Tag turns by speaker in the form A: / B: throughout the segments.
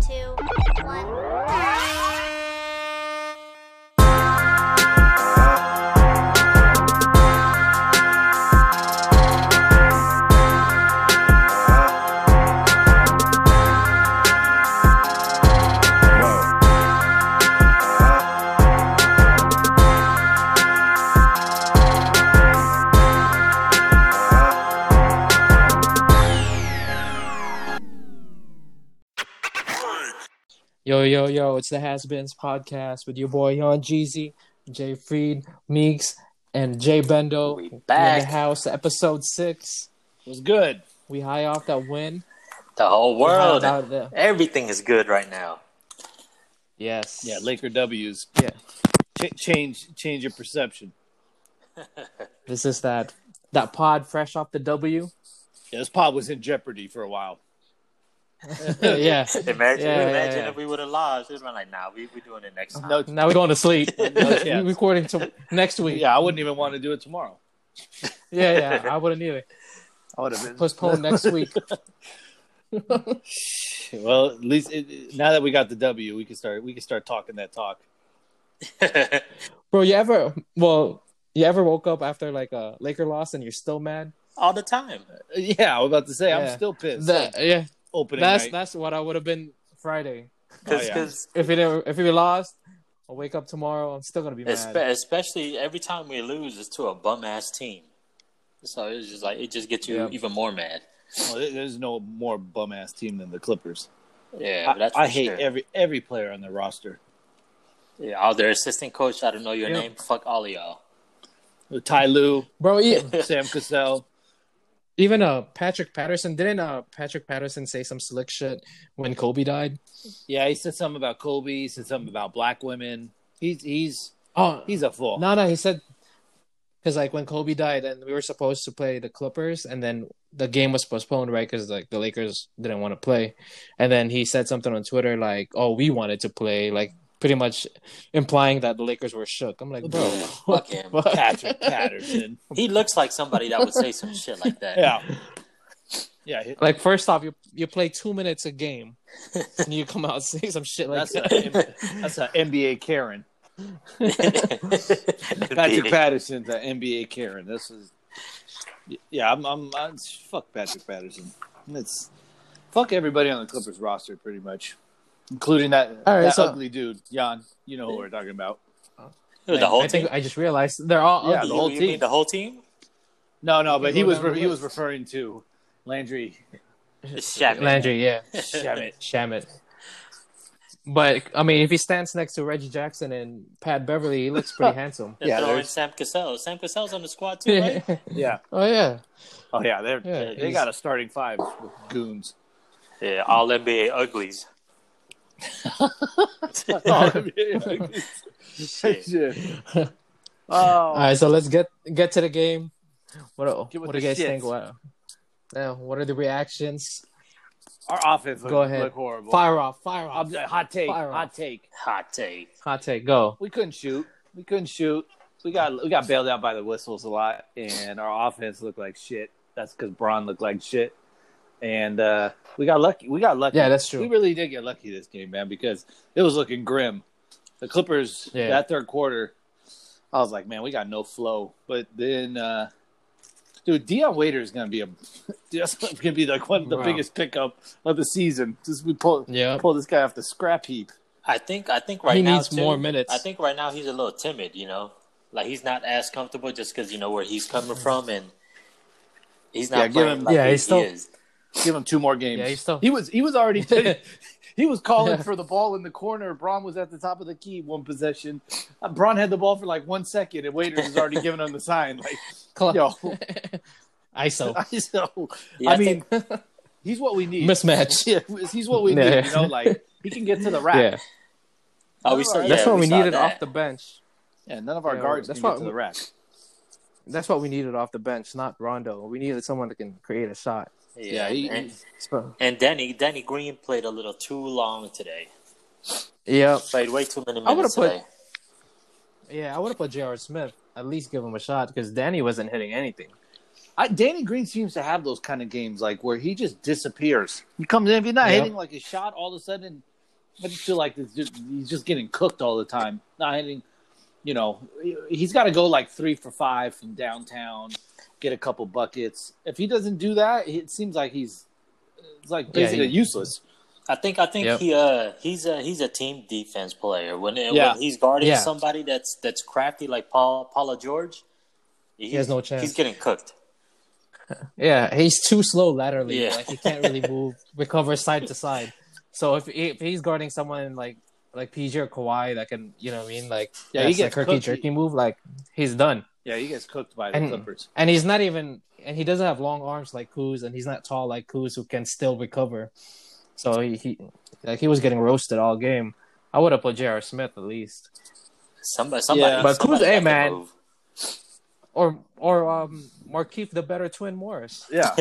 A: two, one.
B: Yo, yo, yo, it's the Has Beens podcast with your boy Yon Jeezy, Jay Freed, Meeks, and Jay Bendo.
C: We
B: We're in the
C: back.
B: house, episode six.
D: was good.
B: We high off that win.
C: The whole
B: We high
C: world.
B: about the-
C: Everything is good right now.
B: Yes.
D: Yeah, Laker W's.
B: Yeah.
D: Ch- change change your perception.
B: This is that that pod fresh off the W.
D: Yeah, this pod was in jeopardy for a while.
B: yeah.
C: Imagine,
B: Yeah, yeah,
C: imagine
B: yeah.
C: if we would have lost. It's been like, nah, we we doing it next time.
D: No,
B: Now we're going to sleep.
D: chance.
B: We're recording to next week.
D: yeah, I wouldn't even want to do it tomorrow.
B: yeah, yeah. I wouldn't either.
D: I would have been
B: Postpone next week.
D: Well, at least it- it, now that we got the W, we can start. We can start talking that talk.
B: Bro, you ever well, you ever woke up after like a Laker loss and you're still mad?
C: All the time.
D: Yeah, I was about to say
B: Yeah.
D: I'm still pissed.
B: That, yeah.
D: Opening
B: That's
D: night.
B: that's what I would have been Friday.
D: Oh,
C: Because
D: yeah.
B: If we didn't, if we lost, I'll wake up tomorrow. I'm still gonna be mad.
C: especially every time we lose, it's to a bum ass team. So it's just like it just gets you
B: Yeah.
C: even more mad.
D: Well, there- there's no more bum ass team than the Clippers.
C: Yeah,
D: I,
C: that's
D: I
C: for
D: hate
C: sure.
D: every every player on their roster.
C: Yeah, all their assistant coach. I don't know your
D: Yeah.
C: name. Fuck all of y'all.
D: Ty Lue,
B: Bro, e-
D: Sam Cassell.
B: even uh Patrick Patterson didn't uh Patrick Patterson say some slick shit when Kobe died?
D: Yeah, he said something about Kobe. He said something about black women. He's he's
B: Oh,
D: he's a fool.
B: no, no, he said because like when Kobe died and we were supposed to play the Clippers and then the game was postponed right because like the Lakers didn't want to play, and then he said something on Twitter like, "Oh, we wanted to play," like pretty much implying that the Lakers were shook. I'm like, bro, what
C: Fuck him.
B: the fuck?
D: Patrick Patterson.
C: He looks like somebody that would say some shit like that.
D: Yeah. Yeah, he-
B: Like first off, you you play two minutes a game, and you come out and say some shit like
D: that's
B: that.
D: a that's an NBA Karen. Patrick
C: Patrick
D: Patterson's an NBA Karen. This is yeah. I'm, I'm i fuck Patrick Patterson. It's fuck everybody on the Clippers roster pretty much, including that,
B: All right,
D: that
B: so-
D: ugly dude Jan. You know who we're talking about.
C: the whole
B: I
C: team.
B: think I just realized they're all
D: Yeah,
B: ugly.
D: the whole
C: you, you
D: team.
C: mean the whole team?
D: No, no, but he
B: Go
D: was
B: down the
D: re- he was
B: list.
D: referring to Landry.
C: Shabbat.
B: Landry, yeah,
D: Shamit.
B: Shamit. But I mean, if he stands next to Reggie Jackson and Pat Beverly, he looks pretty handsome.
C: They're
D: Yeah,
C: throwing
D: there's-
C: Sam Cassell. Sam Cassell's on the squad too, right?
B: oh
D: Yeah.
B: yeah,
D: Oh yeah. They're,
B: Yeah,
D: they they
B: he's-
D: got a starting five with goons.
C: yeah, all NBA uglies. Oh, Shit.
D: oh,
B: All right, so let's get get to the game. What
D: Get with
B: what do you
D: the
B: guys
D: shits.
B: think? What, yeah, what are the reactions?
D: our offense looked,
B: Go ahead.
D: looked horrible.
B: Fire off, fire off,
D: Ob- uh, hot take,
B: Fire
D: hot
B: off.
D: take.
C: Hot take.
B: hot take, go.
D: We couldn't shoot. We couldn't shoot. We got we got bailed out by the whistles a lot, and our offense looked like shit. That's because Braun looked like shit, and uh, we got lucky. We got lucky.
B: Yeah, that's
D: We
B: true.
D: really did get lucky this game, man, because it was looking grim. The Clippers
B: Yeah.
D: that third quarter, I was like, man, we got no flow. But then, uh, dude, Dion Waiter is gonna be a that's gonna be like one of the
B: Wow.
D: biggest pickup of the season. Just we pull
B: Yeah,
D: pull this guy off the scrap heap.
C: I think I think right
B: he
C: now
B: needs
C: too,
B: more minutes.
C: I think right now he's a little timid, you know, like he's not as comfortable just because you know where he's coming from and he's not
D: Yeah, give
C: playing
D: him-
C: like
B: yeah,
C: he,
B: he's still-
C: he is.
D: Give him two more games.
B: Yeah, he's still-
D: he was he was already he was calling for the ball in the corner. Braun was at the top of the key one possession. Uh, Braun had the ball for like one second, and Waiters is already giving him the sign. Like,
B: Cla-
D: yo,
B: ISO
D: I know.
C: Yeah,
D: I,
C: I
D: mean, he's what we need.
B: mismatch.
D: Yeah, he's what we
B: Yeah.
D: need. You know, like he can get to the rack.
B: Yeah,
D: Yeah,
C: Oh, we saw,
D: That's
B: that's
C: yeah,
B: what we
C: saw
B: needed
C: that.
B: off the bench.
D: none of our
B: Yeah,
D: guards
B: that's
D: can
B: what-
D: get to the rack.
B: That's what we needed off the bench, not Rondo. We needed someone that can create a shot.
C: Yeah,
D: he-
C: and,
B: So,
C: and Danny Danny Green played a little too long today.
B: yeah,
C: Played way too many
B: I would've
C: minutes
B: put-
C: today.
B: yeah. I would have put J.R. Smith. At least give him a shot because Danny wasn't hitting anything.
D: I, Danny Green seems to have those kind of games, like where he just disappears. He comes in if you're not
B: Yep.
D: hitting like a shot, all of a sudden, I just feel like it's just, he's just getting cooked all the time. Not hitting, you know, he- he's got to go like three for five from downtown, get a couple buckets. If he doesn't do that, it seems like he's it's like
B: Yeah,
D: basically
B: he-
D: useless.
C: I think I think
B: Yep.
C: he uh he's a he's a team defense player. When,
D: Yeah.
C: when he's guarding
B: Yeah.
C: somebody that's that's crafty like Paul Paula George, he
B: has no chance.
C: He's getting cooked.
B: Yeah, he's too slow laterally.
C: Yeah.
B: Like he can't really move, recover side to side. So if, if he's guarding someone like like PG or Kawhi that can, you know what I mean, like
D: Yeah,
B: yeah,
D: he
B: that's a
D: gets
B: herky
D: cooked.
B: jerky move, like he's done.
D: Yeah, he gets cooked by the
B: And-
D: Clippers.
B: And he's not even and he doesn't have long arms like Kuz and he's not tall like Kuz who can still recover. So he, he like he was getting roasted all game. I would have put J.R. Smith at least.
C: Somebody, somebody,
D: Yeah.
B: But
C: somebody
B: Kuz- hey,
C: got to
B: man.
C: move.
B: Or or um Markeith the better twin Morris.
D: Yeah,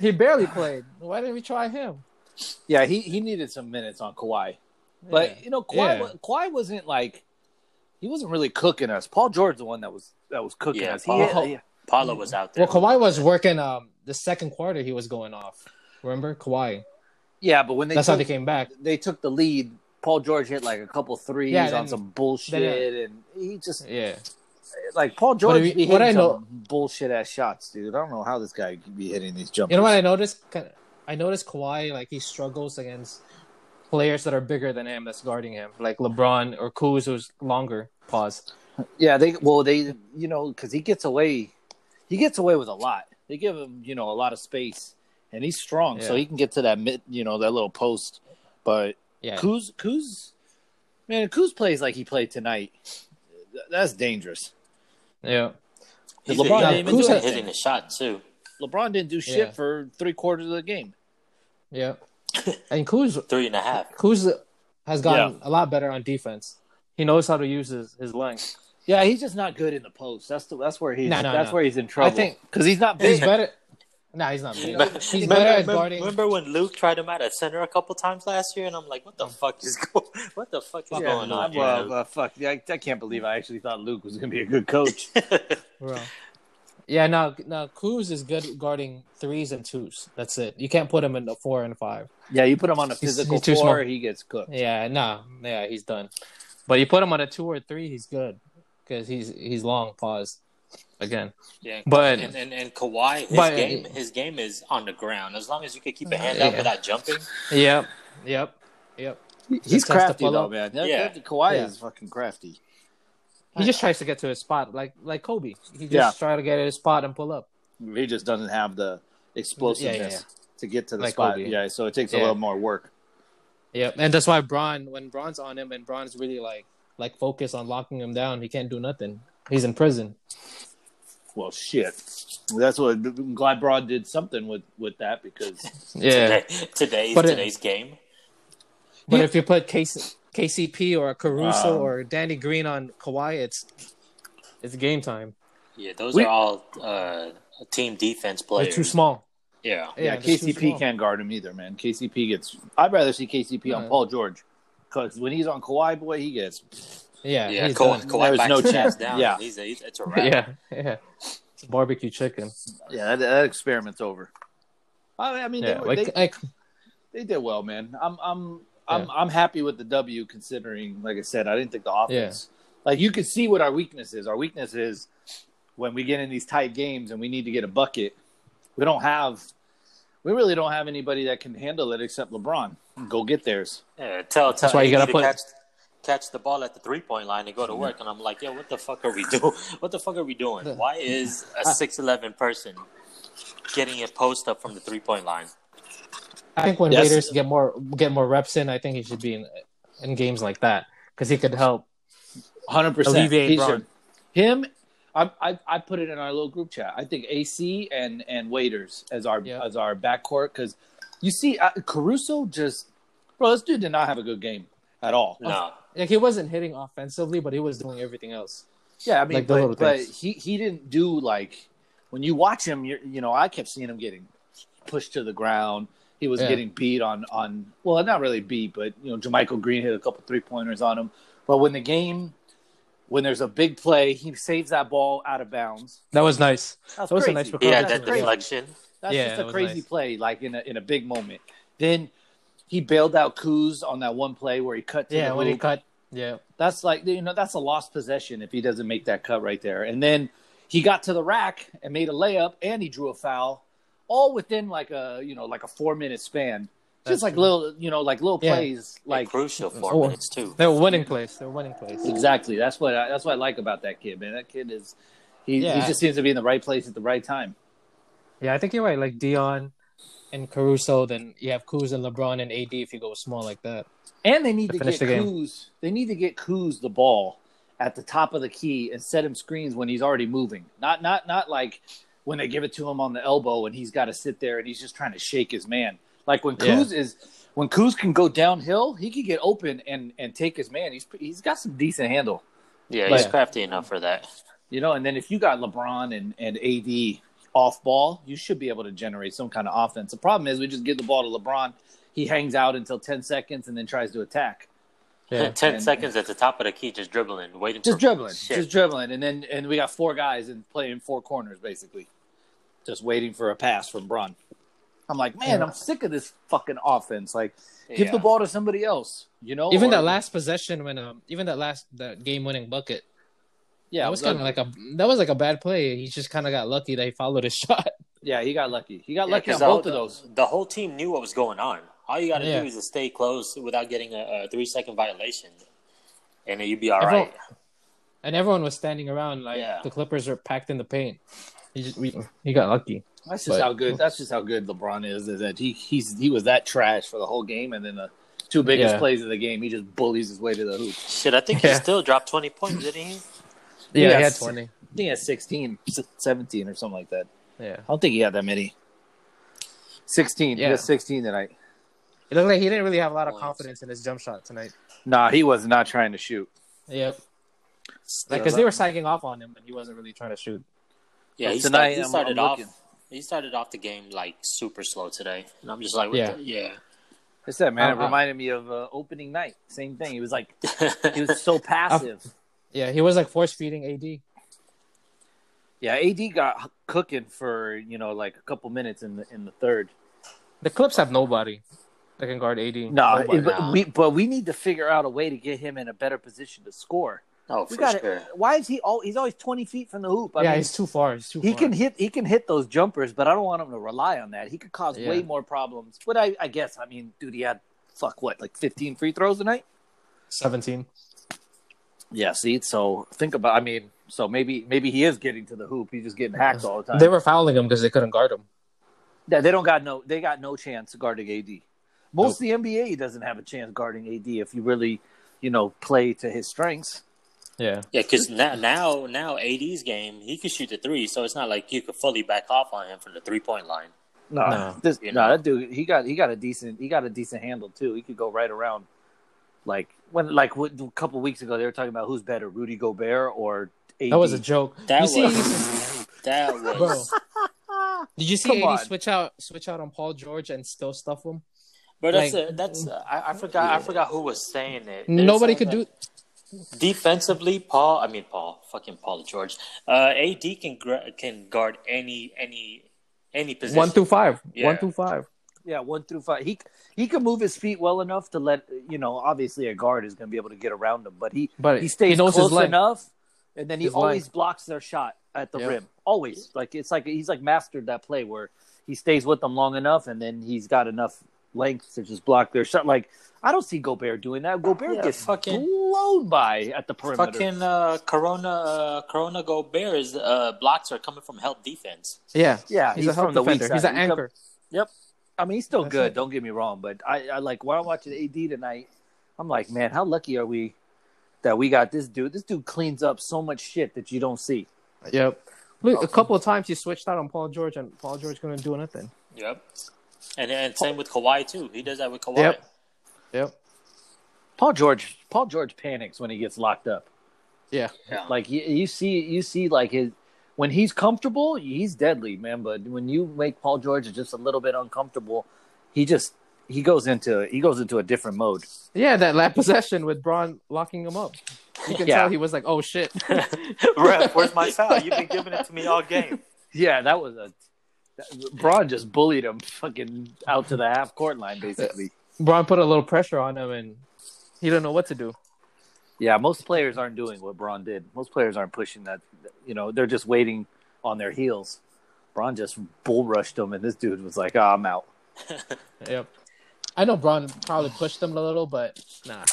B: He barely played. Why didn't we try him?
D: yeah, he he needed some minutes on Kawhi. But
B: Yeah.
D: you know, Kawhi,
B: Yeah.
D: wa- Kawhi wasn't like he wasn't really cooking us. Paul George, the one that was that was cooking
C: Yeah,
D: us. He
C: Paul-
D: hit- he-
C: Paula was out there.
B: Well, Kawhi was working. Um, the second quarter he was going off. Remember Kawhi?
D: yeah, but when they
B: That's
D: took,
B: how they came back.
D: they took the lead, Paul George hit like a couple threes
B: Yeah,
D: on
B: then- uh,
D: some bullshit, and he just
B: Yeah,
D: like Paul George
B: we-
D: be
B: what
D: hitting
B: I know-
D: some bullshit ass shots, dude. I don't know how this guy could be hitting these jumpers.
B: you know what I noticed? I noticed Kawhi like he struggles against players that are bigger than him that's guarding him, like LeBron or Kuz, who's longer. Pause.
D: Yeah, they well they you know because he gets away, he gets away with a lot. They give him you know a lot of space, and he's strong, so
B: Yeah.
D: he can get to that mid you know that little post. But
B: Yeah,
D: Kuz, Kuz, man, if Kuz plays like he played tonight. th- That's dangerous.
B: yeah.
C: He's
D: LeBron-
C: not
B: Yeah,
C: even
B: Kuz
C: doing-
B: had-
C: hitting the shot too.
D: LeBron didn't do shit
B: Yeah.
D: for three quarters of the game.
B: Yeah, and Kuz
C: Three and a half.
B: Kuz has gotten a lot better on defense. He knows how to use his, his length.
D: Yeah, he's just not good in the post. That's the that's where he's
B: No, no,
D: that's
B: no.
D: where he's in trouble.
B: think-
D: because he's not
B: He's
D: big.
B: better. Nah, he's not.
D: Remember-
B: He's
C: remember,
B: better at
C: remember-
B: guarding.
C: remember when Luke tried him out at center a couple times last year, and I'm like, "What the fuck is going? What the fuck is
D: Yeah,
C: going on?" here,
D: well,
C: Luke?
D: uh, fuck. Yeah, I, I can't believe I actually thought Luke was going to be a good coach.
B: Bro. Yeah, now now Kuz is good guarding threes and twos. That's it. You can't put him in the four and five.
D: yeah, you put him on a
B: He's-
D: physical
B: he's too
D: floor,
B: small.
D: he gets cooked.
B: Yeah, nah, yeah, he's done. But you put him on a two or three, he's good because he's he's long. Pause again.
C: yeah,
B: But
C: and and, and Kawhi, his
B: But-
C: game, his game is on the ground. As long as you can keep a hand out
B: Yeah.
C: without jumping,
B: yep, yep, yep.
D: He's
B: Just has to
D: crafty
B: follow-
D: though, man. That,
C: Yeah.
D: that- Kawhi
B: Yeah.
D: is fucking crafty.
B: He just tries to get to his spot, like like Kobe. He just
D: Yeah.
B: try to get his spot and pull up.
D: He just doesn't have the explosiveness to get to the
B: Like
D: spot.
B: Kobe.
D: Yeah, so it takes a
B: Yeah.
D: little more work.
B: Yep, and that's why Braun, when Braun's on him, and Braun's really like like focused on locking him down, he can't do nothing. He's in prison.
D: Well, shit. That's what I'm glad Broad did something with with that because
B: Yeah,
C: today, today's
B: But it-
C: today's game.
B: But if you put KC, KCP or Caruso
D: Um,
B: or Danny Green on Kawhi, it's it's game time.
C: Yeah, those
D: We-
C: are all uh, team defense
B: They're
C: players.
B: too small.
C: Yeah,
D: yeah,
B: they're too
D: KCP
B: small.
D: can't guard him either, man. KCP gets. I'd rather see KCP on
B: Yeah.
D: Paul George because when he's on Kawhi, boy, he gets.
B: Yeah,
C: yeah.
B: he's
C: Kawhi,
B: done.
C: Kawhi
D: There's
C: backs
D: no
C: his
D: chance.
C: ass down.
D: Yeah.
C: he's, he's it's a wrap.
B: yeah, yeah. It's barbecue chicken.
D: Yeah, that, that experiment's over. I, I mean,
B: Yeah,
D: they, were-
B: like
D: they,
B: like
D: they did well, man. I'm I'm I'm I'm happy with the W considering, like I said, I didn't think the offense like you could see what our weakness is. Our weakness is when we get in these tight games and we need to get a bucket, we don't have we really don't have anybody that can handle it except LeBron. Go get theirs.
C: Yeah, tell, tell
B: That's why you gotta
C: need to
B: put-
C: catch, catch the ball at the three point line and go to work. And I'm like, yo, what the fuck are we doing? What the fuck are we doing? Why is a six eleven person getting a post up from the three point line?
B: I think when
D: Yes.
B: Raiders get more get more reps in, I think he should be in in games like that because he could help.
D: 100%.
B: Alleviate
D: He
B: Bron.
D: should- Him I, I I put it in our little group chat. I think AC and and waiters as our
B: Yeah.
D: as our backcourt cuz you see uh, Caruso just bro, this dude did not have a good game at all.
C: No,
B: Like he wasn't hitting offensively, but he was doing everything else.
D: Yeah, I mean,
B: Like the
D: but,
B: little
D: but
B: things.
D: he he didn't do like when you watch him, you're, you know, I kept seeing him getting pushed to the ground. He was
B: Yeah.
D: getting beat on on well, not really beat, but you know, Jermichael Green hit a couple three pointers on him. But when the game when there's a big play, he saves that ball out of bounds.
B: That was nice.
D: That's
B: That was a
D: crazy.
B: nice
C: He had
B: Yeah,
C: that
B: that's crazy.
C: deflection.
D: That's
B: Yeah, that
D: just a
B: was
D: crazy
B: nice.
D: play, like in a in a big moment. Then he bailed out Kuz on that one play where he cut. To
B: Yeah,
D: the
B: when he
D: hoop.
B: cut. Yeah,
D: That's like you know that's a lost possession if he doesn't make that cut right there. And then he got to the rack and made a layup, and he drew a foul, all within like a you know like a four minute span.
B: That's
D: Just like
B: true.
D: little you know like little
B: Yeah.
D: plays
C: Like
D: like
C: crucial four
B: Oh.
C: minutes too.
B: they were winning place. They were winning place.
D: exactly. That's what I, that's what I like about that kid, man. That kid is he
B: Yeah.
D: he just seems to be in the right place at the right time.
B: Yeah, I think you're right. Like Dion and Caruso, then you have Kuz and LeBron and AD if you go small like that.
D: And they need
B: To
D: to,
B: finish
D: get
B: the game.
D: Kuz. They need to get Kuz the ball at the top of the key and set him screens when he's already moving. Not not not like when they give it to him on the elbow and he's got to sit there and he's just trying to shake his man. Like when
B: Yeah.
D: Kuz is when Kuz can go downhill, he can get open and and take his man. He's he's got some decent handle,
C: Yeah, he's
B: Yeah.
C: crafty enough for that.
D: you know. And then if you got LeBron and and AD off ball, you should be able to generate some kind of offense. The problem is we just give the ball to LeBron. He hangs out until ten seconds and then tries to attack.
B: Yeah,
C: Ten
D: And-
C: seconds at the top of the key, just dribbling, waiting.
D: just
C: for
D: dribbling,
C: shit.
D: just dribbling, and then and we got four guys and playing four corners basically, just waiting for a pass from Bron. I'm like, man,
B: Yeah.
D: I'm sick of this fucking offense. Like, give
C: Yeah.
D: the ball to somebody else, you know?
B: even
D: Or-
B: that last possession when um, even that last that game winning bucket.
D: yeah,
B: that was kind of like a that was like a bad play. He just kind of got lucky that he followed his shot.
D: yeah, he got lucky. He got
C: Yeah,
D: lucky
C: 'cause
D: on
C: the
D: both
C: whole-
D: of those.
C: The whole team knew what was going on. All you got to
B: Yeah.
C: do is to stay close without getting a, a three second violation, and then you'd be all
B: Everyone-
C: right.
B: and everyone was standing around like
C: Yeah.
B: the Clippers were packed in the paint. He just we, he got lucky.
D: That's just
B: But-
D: how good. That's just how good LeBron is. Is that he he's he was that trash for the whole game, and then the two biggest
B: Yeah.
D: plays of the game, he just bullies his way to the hoop.
C: Shit, I think he
B: Yeah.
C: still dropped twenty points, didn't he?
B: Yeah, he had
D: Yes.
B: twenty.
D: I think he had 16, 17 or something like that.
B: Yeah,
D: I don't think he had that many. Sixteen.
B: Yeah.
D: He had sixteen tonight.
B: it looked like he didn't really have a lot of
C: Points.
B: confidence in his jump shot tonight.
D: Nah, he was not trying to shoot.
B: Yep, like because they were sagging off on him, and he wasn't really trying to shoot.
C: Yeah,
D: Well,
C: he,
D: tonight
C: start- he
D: I'm-
C: started
D: I'm
C: off.
D: looking.
C: He started off the game like super slow today, and I'm just like, what
B: Yeah.
C: the- yeah.
D: I said, man,
B: Uh-huh.
D: it reminded me of uh, opening night. Same thing. He was like, he was so passive.
B: Yeah, he was like force feeding AD.
D: yeah, AD got cooking for you know like a couple minutes in the in the third.
B: The Clips have nobody that can guard AD.
D: No,
B: Nobody.
D: it- but we but we need to figure out a way to get him in a better position to score.
C: oh,
D: We
C: for
D: got
C: sure.
D: it. Why is he all? He's always twenty feet from the hoop. I
B: yeah,
D: mean,
B: he's too far. He's too
D: he
B: far.
D: can hit he can hit those jumpers, but I don't want him to rely on that. He could cause
B: Yeah.
D: way more problems. But I, I guess I mean, dude, he had fuck what like fifteen free throws tonight.
B: seventeen.
D: Yeah, see, so think about. I mean, so maybe maybe he is getting to the hoop. He's just getting hacked all the time.
B: They were fouling him because they couldn't guard him.
D: yeah, they don't got no. They got no chance guarding AD. Most of the NBA doesn't have a chance guarding AD if you really, you know, play to his strengths.
B: Yeah,
C: Yeah, because now, now, now, AD's game, he could shoot the three, so it's not like you could fully back off on him from the three point line.
D: No,
B: No.
D: this,
C: You
D: no,
C: know.
D: that dude. He got he got a decent he got a decent handle too. He could go right around. Like when like what, a couple weeks ago, they were talking about who's better, Rudy Gobert or AD.
B: that was a joke.
C: That
B: you see,
C: was that
B: bro.
C: was,
B: Did you see
D: Come
B: AD
D: on.
B: switch out switch out on Paul George and still stuff him?
C: but that's
B: Like-
C: a, that's a, I, I forgot I forgot who was saying it. They were
B: Nobody
C: saying
B: could
C: that-
B: do.
C: defensively, Paul. I mean, Paul, fucking Paul George. Uh, AD can gra- can guard any any any position.
B: One through five.
C: Yeah.
B: One through five.
D: Yeah, one through five. He he can move his feet well enough to let you know. Obviously, a guard is going to be able to get around him, but he
B: But
D: he stays
B: knows his
D: close
B: line.
D: enough, and then he
B: His line.
D: always blocks their shot at the
B: Yeah.
D: rim. Always, like it's like he's like mastered that play where he stays with them long enough, and then he's got enough length to just block their shot. Like I don't see Gobert doing that. Gobert
C: Yeah,
D: gets
C: fucking-
D: blown by at the perimeter.
C: Fucking uh, Corona uh, Corona Gobert's uh, blocks are coming from help defense.
B: Yeah,
D: Yeah,
B: He's,
D: he's
B: a help
D: from the weak
B: defender.
D: side.
B: He's an
D: He come-
B: anchor.
D: I mean, he's still
B: That's
D: good.
B: it.
D: Don't get me wrong, but I, I like when I'm watching AD tonight. I'm like, man, how lucky are we that we got this dude? This dude cleans up so much shit that you don't see.
B: Yep. Look, a couple of times he switched out on Paul George, and Paul George couldn't do nothing.
C: Yep. And and same with Kawhi too. He does that with Kawhi.
B: Yep. Yep.
D: Paul George, Paul George panics when he gets locked up.
B: Yeah.
C: Yeah.
D: Like you, you see, you see, like his when he's comfortable, he's deadly, man. But when you make Paul George just a little bit uncomfortable, he just he goes into he goes into a different mode.
B: Yeah, that last possession with Braun locking him up. You can
D: Yeah.
B: tell he was like, "Oh shit."
C: Ref, where's my foul? You've been giving it to me all game.
D: Yeah, that was a. That, Braun just bullied him fucking out to the half court line, basically.
B: Braun put a little pressure on him, and he didn't know what to do.
D: Yeah, most players aren't doing what Braun did. Most players aren't pushing that. You know, they're just waiting on their heels. Braun just bull rushed him, and this dude was like, oh, I'm out.
B: Yep. I know Braun probably pushed him a little, but nah.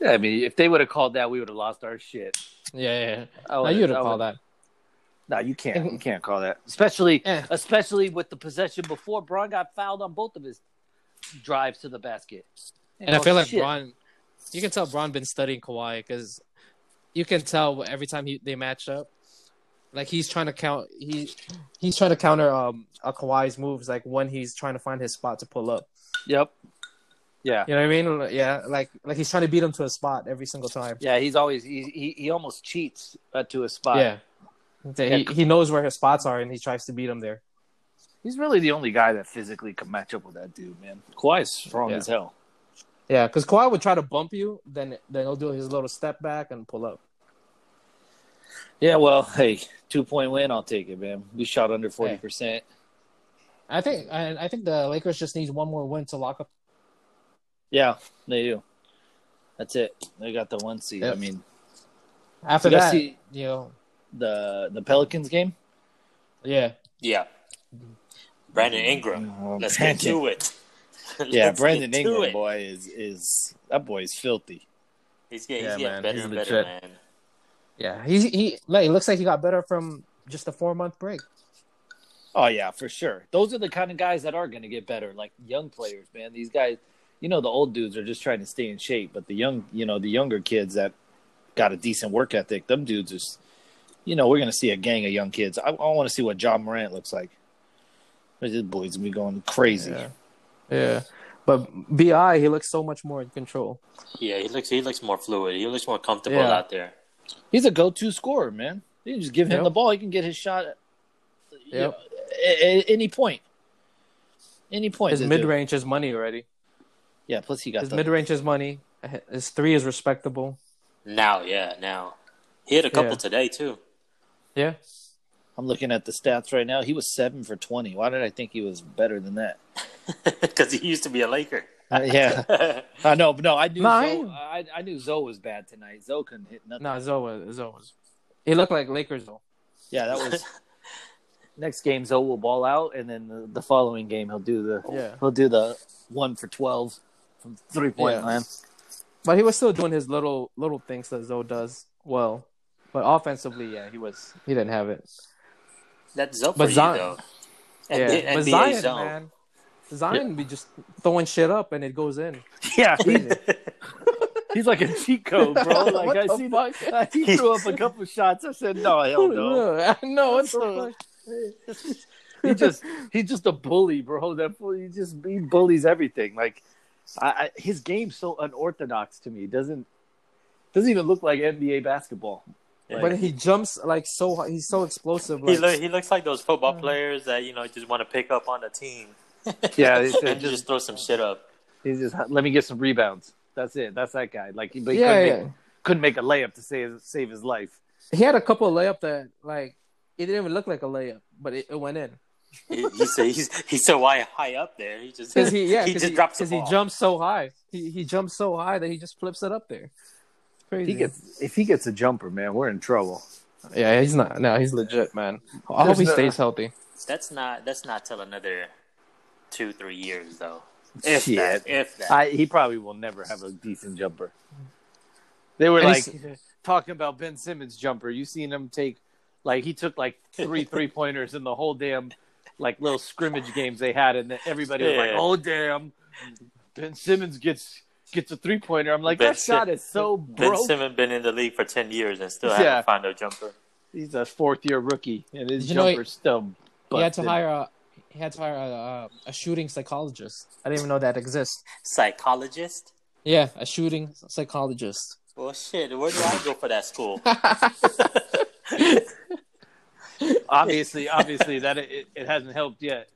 D: Yeah, I mean, if they would have called that, we would have lost our shit.
B: Yeah, yeah. yeah.
D: I
B: Now
D: would've-
B: you would have
D: I
B: called
D: would've-
B: that.
D: No, you can't. You can't call that, especially
B: Eh.
D: especially with the possession before Braun got fouled on both of his drives to the basket.
B: And I
D: Oh,
B: feel like
D: shit.
B: Braun, you can tell Braun been studying Kawhi because you can tell every time he, they match up, like he's trying to count he he's trying to counter um a Kawhi's moves like when he's trying to find his spot to pull up.
D: Yep. Yeah.
B: You know what I mean? Yeah, like like he's trying to beat him to a spot every single time.
D: Yeah, he's always he he, he almost cheats uh, to his spot.
B: Yeah. He, he knows where his spots are and he tries to beat him there.
D: He's really the only guy that physically can match up with that dude, man. Kawhi's strong
B: Yeah.
D: as hell.
B: Yeah, because Kawhi would try to bump you, then then he'll do his little step back and pull up.
D: Yeah, well, hey, two point win, I'll take it, man. We shot
B: Eh.
D: under forty percent.
B: I think and I think the Lakers just needs one more win to lock up.
D: Yeah, they do. That's it. They got the one seed.
B: Yep.
D: I mean,
B: After
D: You guys
B: that,
D: see-
B: you know,
D: the the Pelicans game.
B: yeah.
C: Yeah. Brandon Ingram.
D: Mm,
C: Let's get to it.
D: Oh, Yeah,
C: Let's
D: Brandon
C: get to
D: Ingram
C: it.
D: boy is is that boy is filthy.
C: He's getting,
B: Yeah,
C: he's getting
B: man,
C: better
B: he's
C: and
B: legit.
C: better, man.
B: Yeah, he's he. Like, it looks like he got better from just a four month break.
D: Oh yeah, for sure. Those are the kind of guys that are going to get better, like young players, man. These guys, you know, the old dudes are just trying to stay in shape, but the young, you know, the younger kids that got a decent work ethic, them dudes is, you know, we're going to see a gang of young kids. I, I want to see what John Morant looks like. This boy's gonna be going crazy.
B: yeah. But Bi, he looks so much more in control.
C: Yeah, he looks he looks more fluid. He looks more comfortable
B: Yeah.
C: out there.
D: He's a go-to scorer, man. You just give him
B: Yep.
D: the ball; he can get his shot. you
B: Yep.
D: know, a- a- any point. Any point.
B: His
D: this
B: mid
D: dude.
B: range is money already.
D: Yeah. Plus, he got
B: His
D: the
B: mid range is money. His three is respectable.
C: Now, yeah, now. He had a couple
B: Yeah.
C: today too.
B: Yeah.
D: I'm looking at the stats right now. He was seven for twenty. Why did I think he was better than that?
C: Because he used to be a Laker.
D: Uh, yeah, I know. but No, I knew.
B: Nine?
D: Zoe, I, I knew Zoe was bad tonight. Zoe couldn't hit nothing.
B: No, Zoe was. Zoe was. He looked like Lakers though.
D: Yeah, that was. next game, Zoe will ball out, and then the, the following game, he'll do the.
B: Yeah.
D: He'll do the one for twelve from three point
B: Yeah.
D: line.
B: But he was still doing his little little things that Zoe does well. But offensively, yeah, he was. He didn't have it.
C: That's up
B: But
C: for you,
B: Zion-
C: though.
B: Yeah.
C: And um, the
B: but
C: NBA
B: Zion,
C: zone.
B: man. Zion be just throwing shit up and it goes in.
D: Yeah,
B: Crazy.
D: he's like a Chico, bro. Like
B: What
D: I
B: the
D: see,
B: fuck?
D: that. he threw up a couple shots. I said, no, hell no.
B: I know. What
D: So-
B: the fuck?
D: he just he's just a bully, bro. That fool, he just he bullies everything. Like I, I, his game's so unorthodox to me. It doesn't doesn't even look like NBA basketball.
C: Yeah.
B: But he jumps like so. high- He's so explosive.
C: he,
B: Like,
C: look, he looks like those football players that, you know, just want to pick up on the team.
D: Yeah, they said
C: and just, throw some shit up.
D: He's just let me get some rebounds. That's it. That's that guy. Like, he- but he
B: yeah,
D: couldn't,
B: yeah.
D: Make, couldn't make a layup to save save his life.
B: He had a couple of layup that like it didn't even look like a layup, but it, it went in
C: He, he said, he's, he's so high, high up there. He just,
B: because he yeah
C: he
B: because
C: just
B: he,
C: drops the
B: 'cause he
C: ball.
B: jumps so high. He he jumps so high that he just flips it up there.
D: If
B: Crazy.
D: he gets if he gets a jumper, man, we're in trouble.
B: yeah, he's not. No, he's legit, man. I hope
D: There's
B: he
D: no-
B: stays healthy.
C: That's not that's not till another two three years though. If
D: Shit.
C: that, if that.
D: I, he probably will never have a decent jumper. They were
B: And
D: like
B: he's-
D: talking about Ben Simmons jumper. You seen him take like he took like three three pointers in the whole damn like little scrimmage games they had, and then everybody was like,
C: Yeah.
D: "Oh damn, Ben Simmons gets gets a three pointer." I'm like,
C: Ben
D: that shot
C: Sim-
D: is so
C: ben
D: broke.
C: Simmons been in the league for ten years and still
D: Yeah.
C: haven't found no jumper.
D: He's a fourth year rookie, and his
B: You know,
D: jumper still.
B: he had to
D: busted.
B: hire a he had to hire a, a, a shooting psychologist. I didn't even know that exists.
C: Psychologist.
B: Yeah, a shooting psychologist.
C: Well, shit. Where do I go for that school?
D: Obviously, obviously that it, it hasn't helped yet.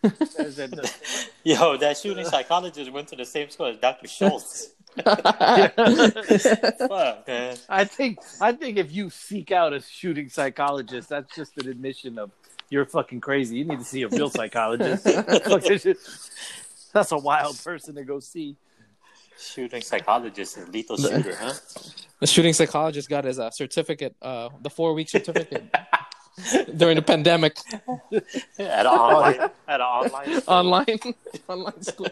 D: There's a-
C: Yo, that shooting psychologist went to the same school as Dr. Schultz. Fuck, man.
D: I think I think if you seek out a shooting psychologist, that's just an admission of you're fucking crazy. You need to see a real psychologist. that's a wild person to go see.
C: Shooting psychologist and lethal shooter, huh?
B: the shooting psychologist got his uh, certificate, uh, the four week certificate during the pandemic,
C: At an online, at an online,
B: online, online school.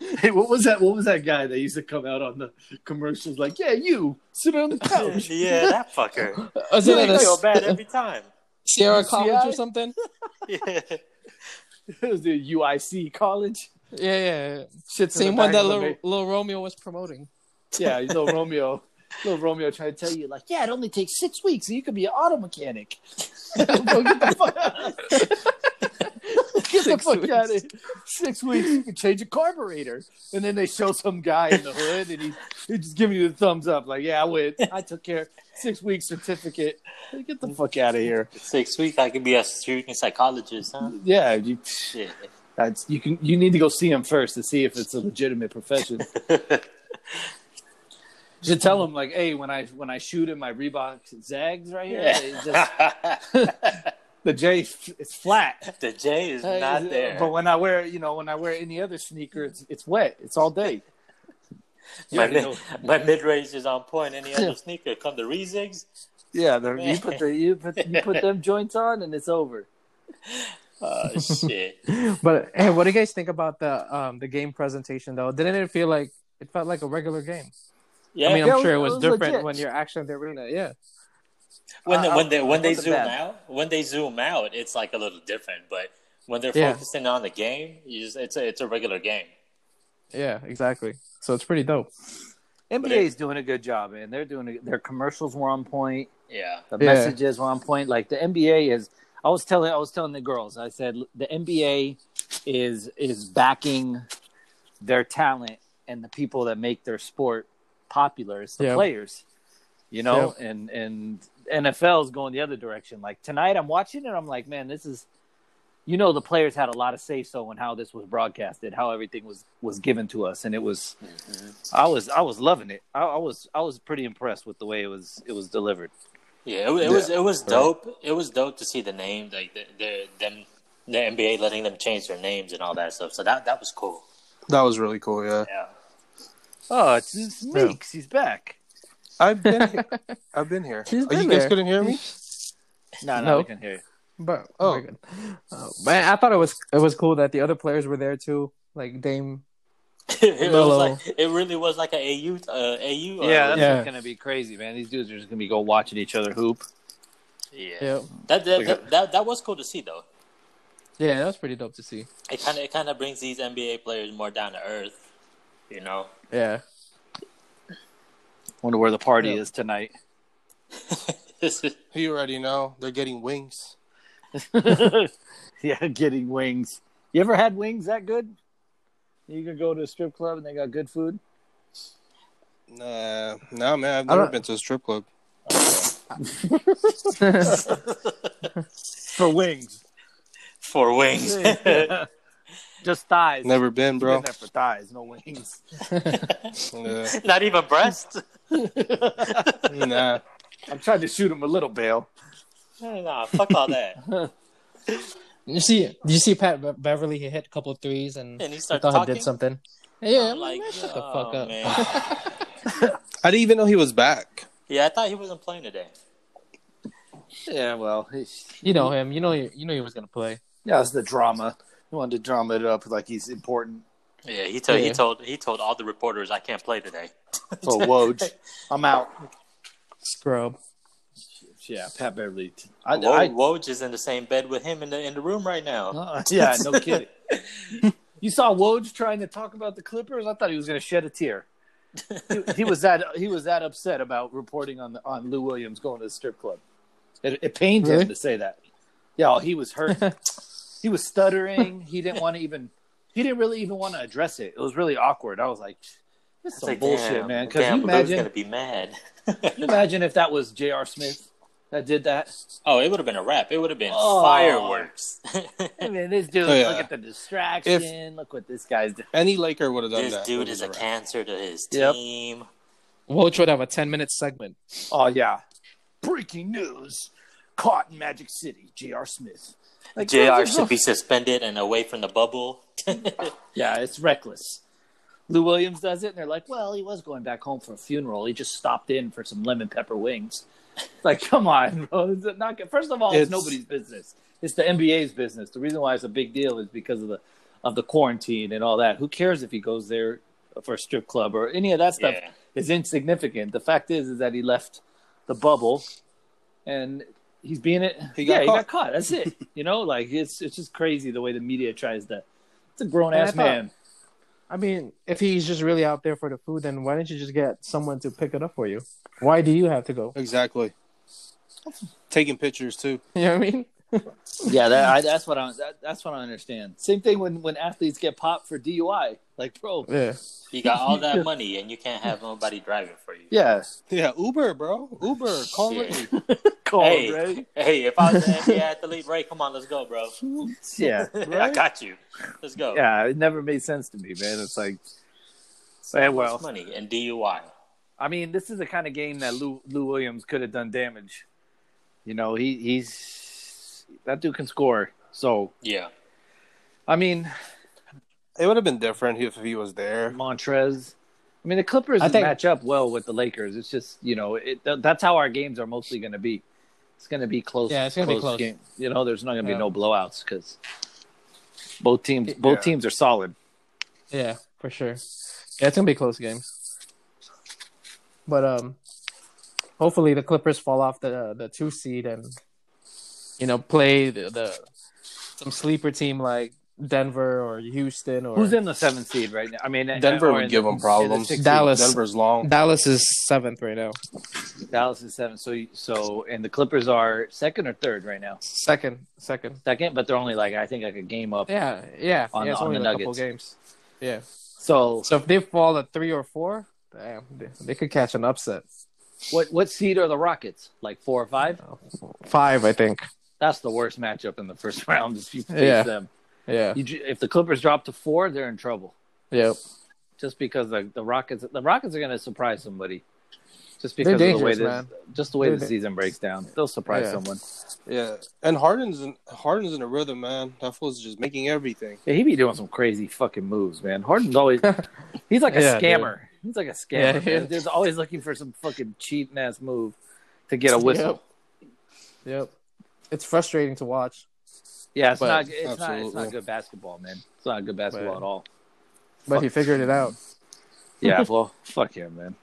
D: Hey, what was that? What was that guy that used to come out on the commercials? Like, yeah, you sit on the couch.
C: yeah, that fucker.
B: Was
C: You
B: Uh, it at
C: feel bad
B: a
C: every time.
B: Sierra
D: UCI?
B: College or something?
C: Yeah.
D: it was the UIC college.
B: Yeah, yeah. yeah. Shit,
D: To the
B: same one that
D: back of the
B: little, little Romeo was promoting.
D: Yeah, you know Romeo. Little Romeo trying to tell you, like, yeah, it only takes six weeks, and you could be an auto mechanic. Bro, get the fuck, get the
B: Six
D: fuck
B: weeks.
D: out of here. Six weeks, you can change a carburetor. And then they show some guy in the hood, and he's he just giving you the thumbs up, like, yeah, I went. I took care. Six weeks certificate. Like, Get the fuck out of here.
C: Six weeks, I could be a shooting psychologist, huh?
D: Yeah, you,
C: Shit.
D: that's, you can. You need to go see him first to see if it's a legitimate profession. You should tell him like, hey, when I when I shoot in my Reebok zags right here,
C: Yeah.
D: it's just the J it's flat.
C: the J is
D: Uh,
C: not there.
D: But when I wear, you know, when I wear any other sneaker, it's it's wet. It's all day.
C: my,
D: you
C: mid,
D: know.
C: my mid range is on point. Any other sneaker, come the Rezigs.
D: Yeah, the, you put the you put you put them joints on, and it's over.
C: Oh shit!
B: But hey, what do you guys think about the um the game presentation though? Didn't it feel like it felt like a regular game?
C: Yeah,
B: I mean,
D: Yeah,
B: I'm
D: it
B: sure it
D: was-
B: was,
D: it was
B: different
D: legit.
B: when you're actually in the arena. Yeah,
C: when they,
D: I-
C: when they
D: I
C: when they
D: wasn't
C: zoom
D: bad.
C: out, when they zoom out, it's like a little different. But when they're
B: Yeah.
C: focusing on the game, you just, it's a it's a regular game.
B: yeah, exactly. So it's pretty dope.
D: NBA is doing a good job, man. They're doing a, their commercials were on point.
C: Yeah,
D: The
B: Yeah.
D: messages were on point. Like the NBA is. I was telling I was telling the girls. I said the NBA is is backing their talent and the people that make their sport popular. It's the
B: Yeah.
D: players, you know. And and NFL is going the other direction. Like tonight, I'm watching it. I'm like, man, this is. You know, the players had a lot of say so in how this was broadcasted, how everything was was given to us, and it was. I was I was loving it. I, I was I was pretty impressed with the way it was it was delivered.
C: yeah. It, it was it was dope. It was dope to see the name like the, the them the NBA letting them change their names and all that stuff. So that that was cool.
E: That was really cool. Yeah,
C: Yeah.
D: Oh, it's, it's Meeks. He's back.
E: I've been, here. I've been here.
B: He's
E: Oh,
B: been
E: you guys
B: there.
E: couldn't hear me.
D: No,
B: No.
D: no, we can hear you.
B: But
E: Oh.
B: oh, my God. Uh, man, I thought it was it was cool that the other players were there too, like Dame.
C: it,
B: Mellow.
C: was like, it really was like an AU uh, AU. uh,
D: Yeah, that's
B: Yeah.
D: just gonna be crazy, man. These dudes are just gonna be go watching each other hoop.
C: yeah.
B: Yeah,
C: That, that, that, that that was cool to see though.
B: yeah, that was pretty dope to see.
C: It kind of it kind of brings these NBA players more down to earth, you know.
B: Yeah,
D: Wonder where the party
B: Yeah.
D: is tonight.
E: You already know they're getting wings.
D: yeah, getting wings. You ever had wings that good? You can go to a strip club and they got good food.
E: Nah, nah, man. I've never
B: don't-
E: been to a strip club.
D: For wings.
C: Four wings.
D: just thighs.
E: Never
D: Been
E: been, bro.
D: there for thighs, no wings.
E: Yeah.
C: Not even breasts.
E: Nah.
D: I'm trying to shoot him a little bail.
C: nah, fuck all that.
B: you see, did you see Pat Be- Beverly? He hit a couple threes and,
C: And he
B: I
C: started
B: thought he
C: talking.
B: did something. Yeah,
C: I'm like,
B: man, shut the
C: oh,
B: fuck up.
C: man.
E: I didn't even know he was back.
C: yeah, I thought he wasn't playing today.
D: Yeah, well,
B: You know him. You know you know he was gonna play.
D: yeah, it's the drama. He wanted to drama it up like he's important.
C: Yeah, he told
B: Yeah.
C: he told he told all the reporters I can't play today.
D: So Woj, I'm out.
B: Scrub.
D: Yeah, Pat Beverly. I,
C: Wo-
D: I,
C: Woj is in the same bed with him in the in the room right now.
D: Uh, yeah, no kidding. you saw Woj trying to talk about the Clippers. I thought he was going to shed a tear. He, he was that he was that upset about reporting on the, on Lou Williams going to the strip club. It, it pained
B: Really?
D: him to say that. Yeah, he was hurt. he was stuttering. He didn't want to even. He didn't really even want to address it. It was really awkward. I was like, "This is
C: It's
D: some
C: like,
D: bullshit,
C: damn,
D: man." Because
C: damn,
D: you
C: Lou's
D: imagine,
C: gonna be mad.
D: you imagine if that was J.R. Smith that did that?
C: Oh, it would have been a wrap. It would have been
D: Oh.
C: fireworks.
D: I mean, this dude.
E: Oh, yeah.
D: Look at the distraction. look what this guy's doing.
E: Any Laker would have done
C: this
E: that.
C: dude
E: it
C: is a
E: would've been
C: cancer to his
D: Yep.
C: team.
B: Woj would have a ten minute segment.
D: Oh yeah. Breaking news: Caught in Magic City, J.R. Smith. Like
C: JR should
B: oh.
C: be suspended and away from the bubble.
D: Yeah, it's reckless. Lou Williams does it, and they're like, "Well, he was going back home for a funeral. He just stopped in for some lemon pepper wings." Like, come on, bro. Is it not good? First of all, it's,
E: It's-
D: nobody's business. It's the NBA's business. The reason why it's a big deal is because of the of the quarantine and all that. Who cares if he goes there for a strip club or any of that stuff?
C: yeah.
D: is insignificant. The fact is, is that he left the bubble, and he's being it.
E: He
D: yeah,
E: got
D: he
E: caught.
D: got caught. That's it. You know, like it's it's just crazy the way the media tries to. It's a grown
B: And I
D: ass
B: thought-
D: man.
B: I mean, if he's just really out there for the food, then why don't you just get someone to pick it up for you? Why do you have to go?
E: Exactly. Taking pictures too.
B: You know what I mean?
D: Yeah, that, I, that's what I that, that's what I understand. Same thing when when athletes get popped for DUI. Like, bro,
B: Yeah.
C: You got all that money and you can't have nobody driving for you.
D: yeah,
E: Yeah, Uber, bro. Uber, call
C: Yeah.
E: Ray.
D: call
C: Hey.
D: right?
C: Hey, if I was an NBA athlete, Ray, come on, let's go, bro.
D: Yeah,
C: I got you. Let's go.
D: yeah. It never made sense to me, man. It's like, yeah, well,
C: It's money and DUI.
D: I mean, this is the kind of game that Lou, Lou Williams could have done damage. You know, he he's that dude can score. So
C: Yeah.
D: I mean,
E: It would have been different if he was there.
D: Montrez. I mean, the Clippers
B: I think-
D: match up well with the Lakers. It's just you know, it, th- that's how our games are mostly going to be. It's going to be close.
B: Yeah, it's gonna be close.
D: game. You know, there's not going to
B: Yeah.
D: be no blowouts because both teams both
E: Yeah.
D: teams are solid.
B: Yeah, for sure. Yeah, it's gonna be a close game. But um, hopefully the Clippers fall off the the two seed and you know play the, the some sleeper team like Denver or Houston or
D: Who's in the seventh seed right now? I mean,
E: Denver
D: or
E: would
D: in
E: give
D: the-
E: him problems.
D: in the sixth
B: Dallas.
E: Denver's long.
B: Dallas is seventh right now,
D: seed. Dallas is seventh. So you- so and the Clippers are second or third right now.
B: second, second.
D: second, but they're only like I think like a game up.
B: Yeah, yeah,
D: On
B: yeah. It's
D: the- on
B: only
D: the
B: like a couple
D: Nuggets.
B: games. Yeah.
D: So
B: So if they fall at three or four, damn, they, they could catch an upset.
D: what what seed are the Rockets? Like four or five?
B: Five, I think.
D: That's the worst matchup in the first round. If you face
B: Yeah.
D: them,
B: Yeah.
D: you, ju- if the Clippers drop to four, they're in trouble.
B: Yep.
D: Just because the, the Rockets the Rockets are going to surprise somebody. Just because of the way
B: dangerous,
D: this,
B: man.
D: just the way
B: They're
D: the
B: da-
D: season breaks down, they'll surprise
B: Yeah.
D: someone.
E: Yeah, and Harden's in, Harden's in a rhythm, man. That fool's just making everything.
D: Yeah, he be doing some crazy fucking moves, man. Harden's always he's like a
B: Yeah, dude.
D: scammer. He's like a
B: Yeah,
D: scammer.
B: he
D: man.
B: is.
D: There's always looking for some fucking cheating ass move to get a whistle.
B: Yep. Yep. It's frustrating to watch,
D: Yeah, it's
B: But-
D: not it's not it's
E: Absolutely.
D: not good basketball, man. It's not good basketball
B: But-
D: at all.
B: but he figured it out.
D: Yeah, well, fuck him, man.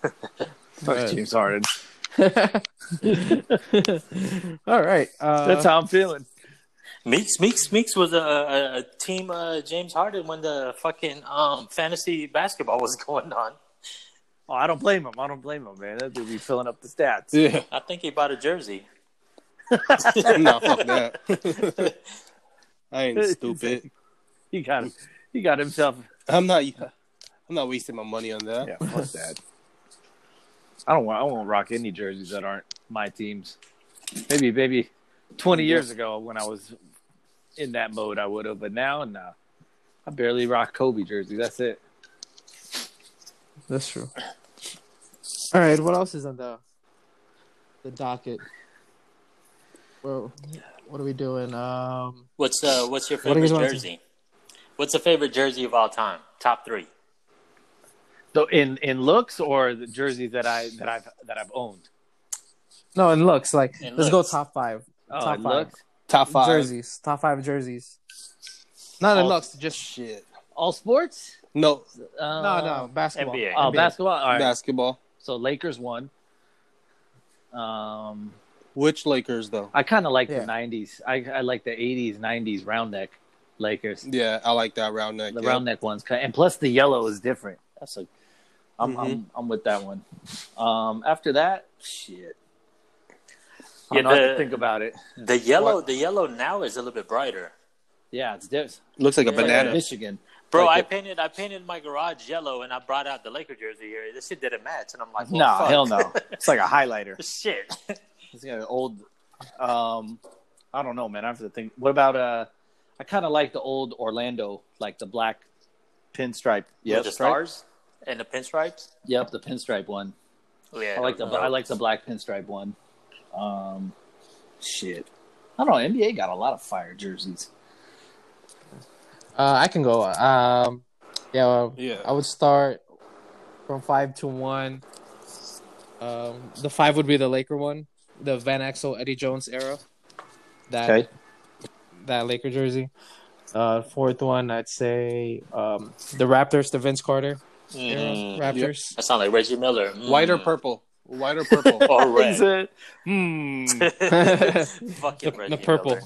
B: Right.
D: fuck James Harden.
B: All right. Uh,
D: That's how I'm feeling.
C: Meeks, Meeks, Meeks was a, a, a team uh, James Harden when the fucking um, fantasy basketball was going on.
D: Oh, I don't blame him. I don't blame him, man. That dude be filling up the stats.
E: Yeah,
C: I think he bought a jersey.
E: nah, fuck that. I ain't stupid.
D: He got he got himself.
E: I'm not. I'm not wasting my money on that.
D: Yeah, fuck that. I don't want. I won't rock any jerseys that aren't my teams. Maybe, maybe, twenty years ago when I was in that mode, I would have. But now, nah. I barely rock Kobe jerseys. That's it.
B: that's true. All right. What else is on the the docket? Well, what are we doing? Um,
C: What's uh, what's your
B: What do
C: favorite
B: you guys want to-
C: jersey? What's the favorite jersey of all time? Top three.
D: So in in looks or the jerseys that I that I've that I've owned.
B: no, and looks like
C: And
B: let's go
C: looks.
B: top five.
D: Oh,
B: top
D: in
B: five.
D: looks?
E: Top five.
B: jerseys. Top five jerseys. Not in
E: All-
B: looks, just
E: Shit.
D: All sports?
E: No
D: Uh,
B: no, no basketball.
C: NBA.
D: Oh,
B: NBA.
D: basketball. All right.
E: basketball.
D: so Lakers won. Um,
E: Which Lakers though?
D: I kind of like
B: Yeah.
D: the '90s. I I like the '80s, '90s round neck Lakers.
E: Yeah, I like that round neck.
D: The
E: yeah.
D: round neck ones, ki- and plus the yellow is different. That's like, I'm I'm, I'm with that one. Um, after that, shit. I
C: Yeah,
D: don't know, I have
C: the-
D: to think about it.
C: The yellow, the yellow now is a little bit brighter.
D: Yeah, it's different.
E: Looks like a
D: It's like
E: banana.
D: Michigan.
C: Bro,
D: Like
C: I
D: it-
C: painted I painted my garage yellow and I brought out the Laker jersey here. This shit didn't match, and I'm like, well,
D: No,
C: Oh, fuck.
D: hell no. It's like a highlighter.
C: Shit.
D: This guy old. Um, I don't know, man. I have to think. What about uh? I kind of like the old Orlando, like the black pinstripe.
C: Yeah,
D: Yep,
C: the
D: right?
C: stars and the pinstripes. Oh,
D: Yep, the pinstripe one.
C: Yeah,
D: I like the I like the black pinstripe one. Um, shit. I don't know. NBA got a lot of fire jerseys.
B: Uh, I can go. Um, yeah, well,
E: Yeah.
B: I would start from five to one. Um, the five would be the Laker one, the Van Axel Eddie Jones era. That
D: Okay.
B: that Laker jersey. Uh, fourth one, I'd say um, the Raptors, the Vince Carter era
C: Mm.
B: Raptors.
C: That sounds like Reggie Miller. Mm.
E: White or purple? White or purple?
C: or red?
E: Hmm.
C: Fucking
B: The,
C: Reggie
B: the purple.
C: Miller.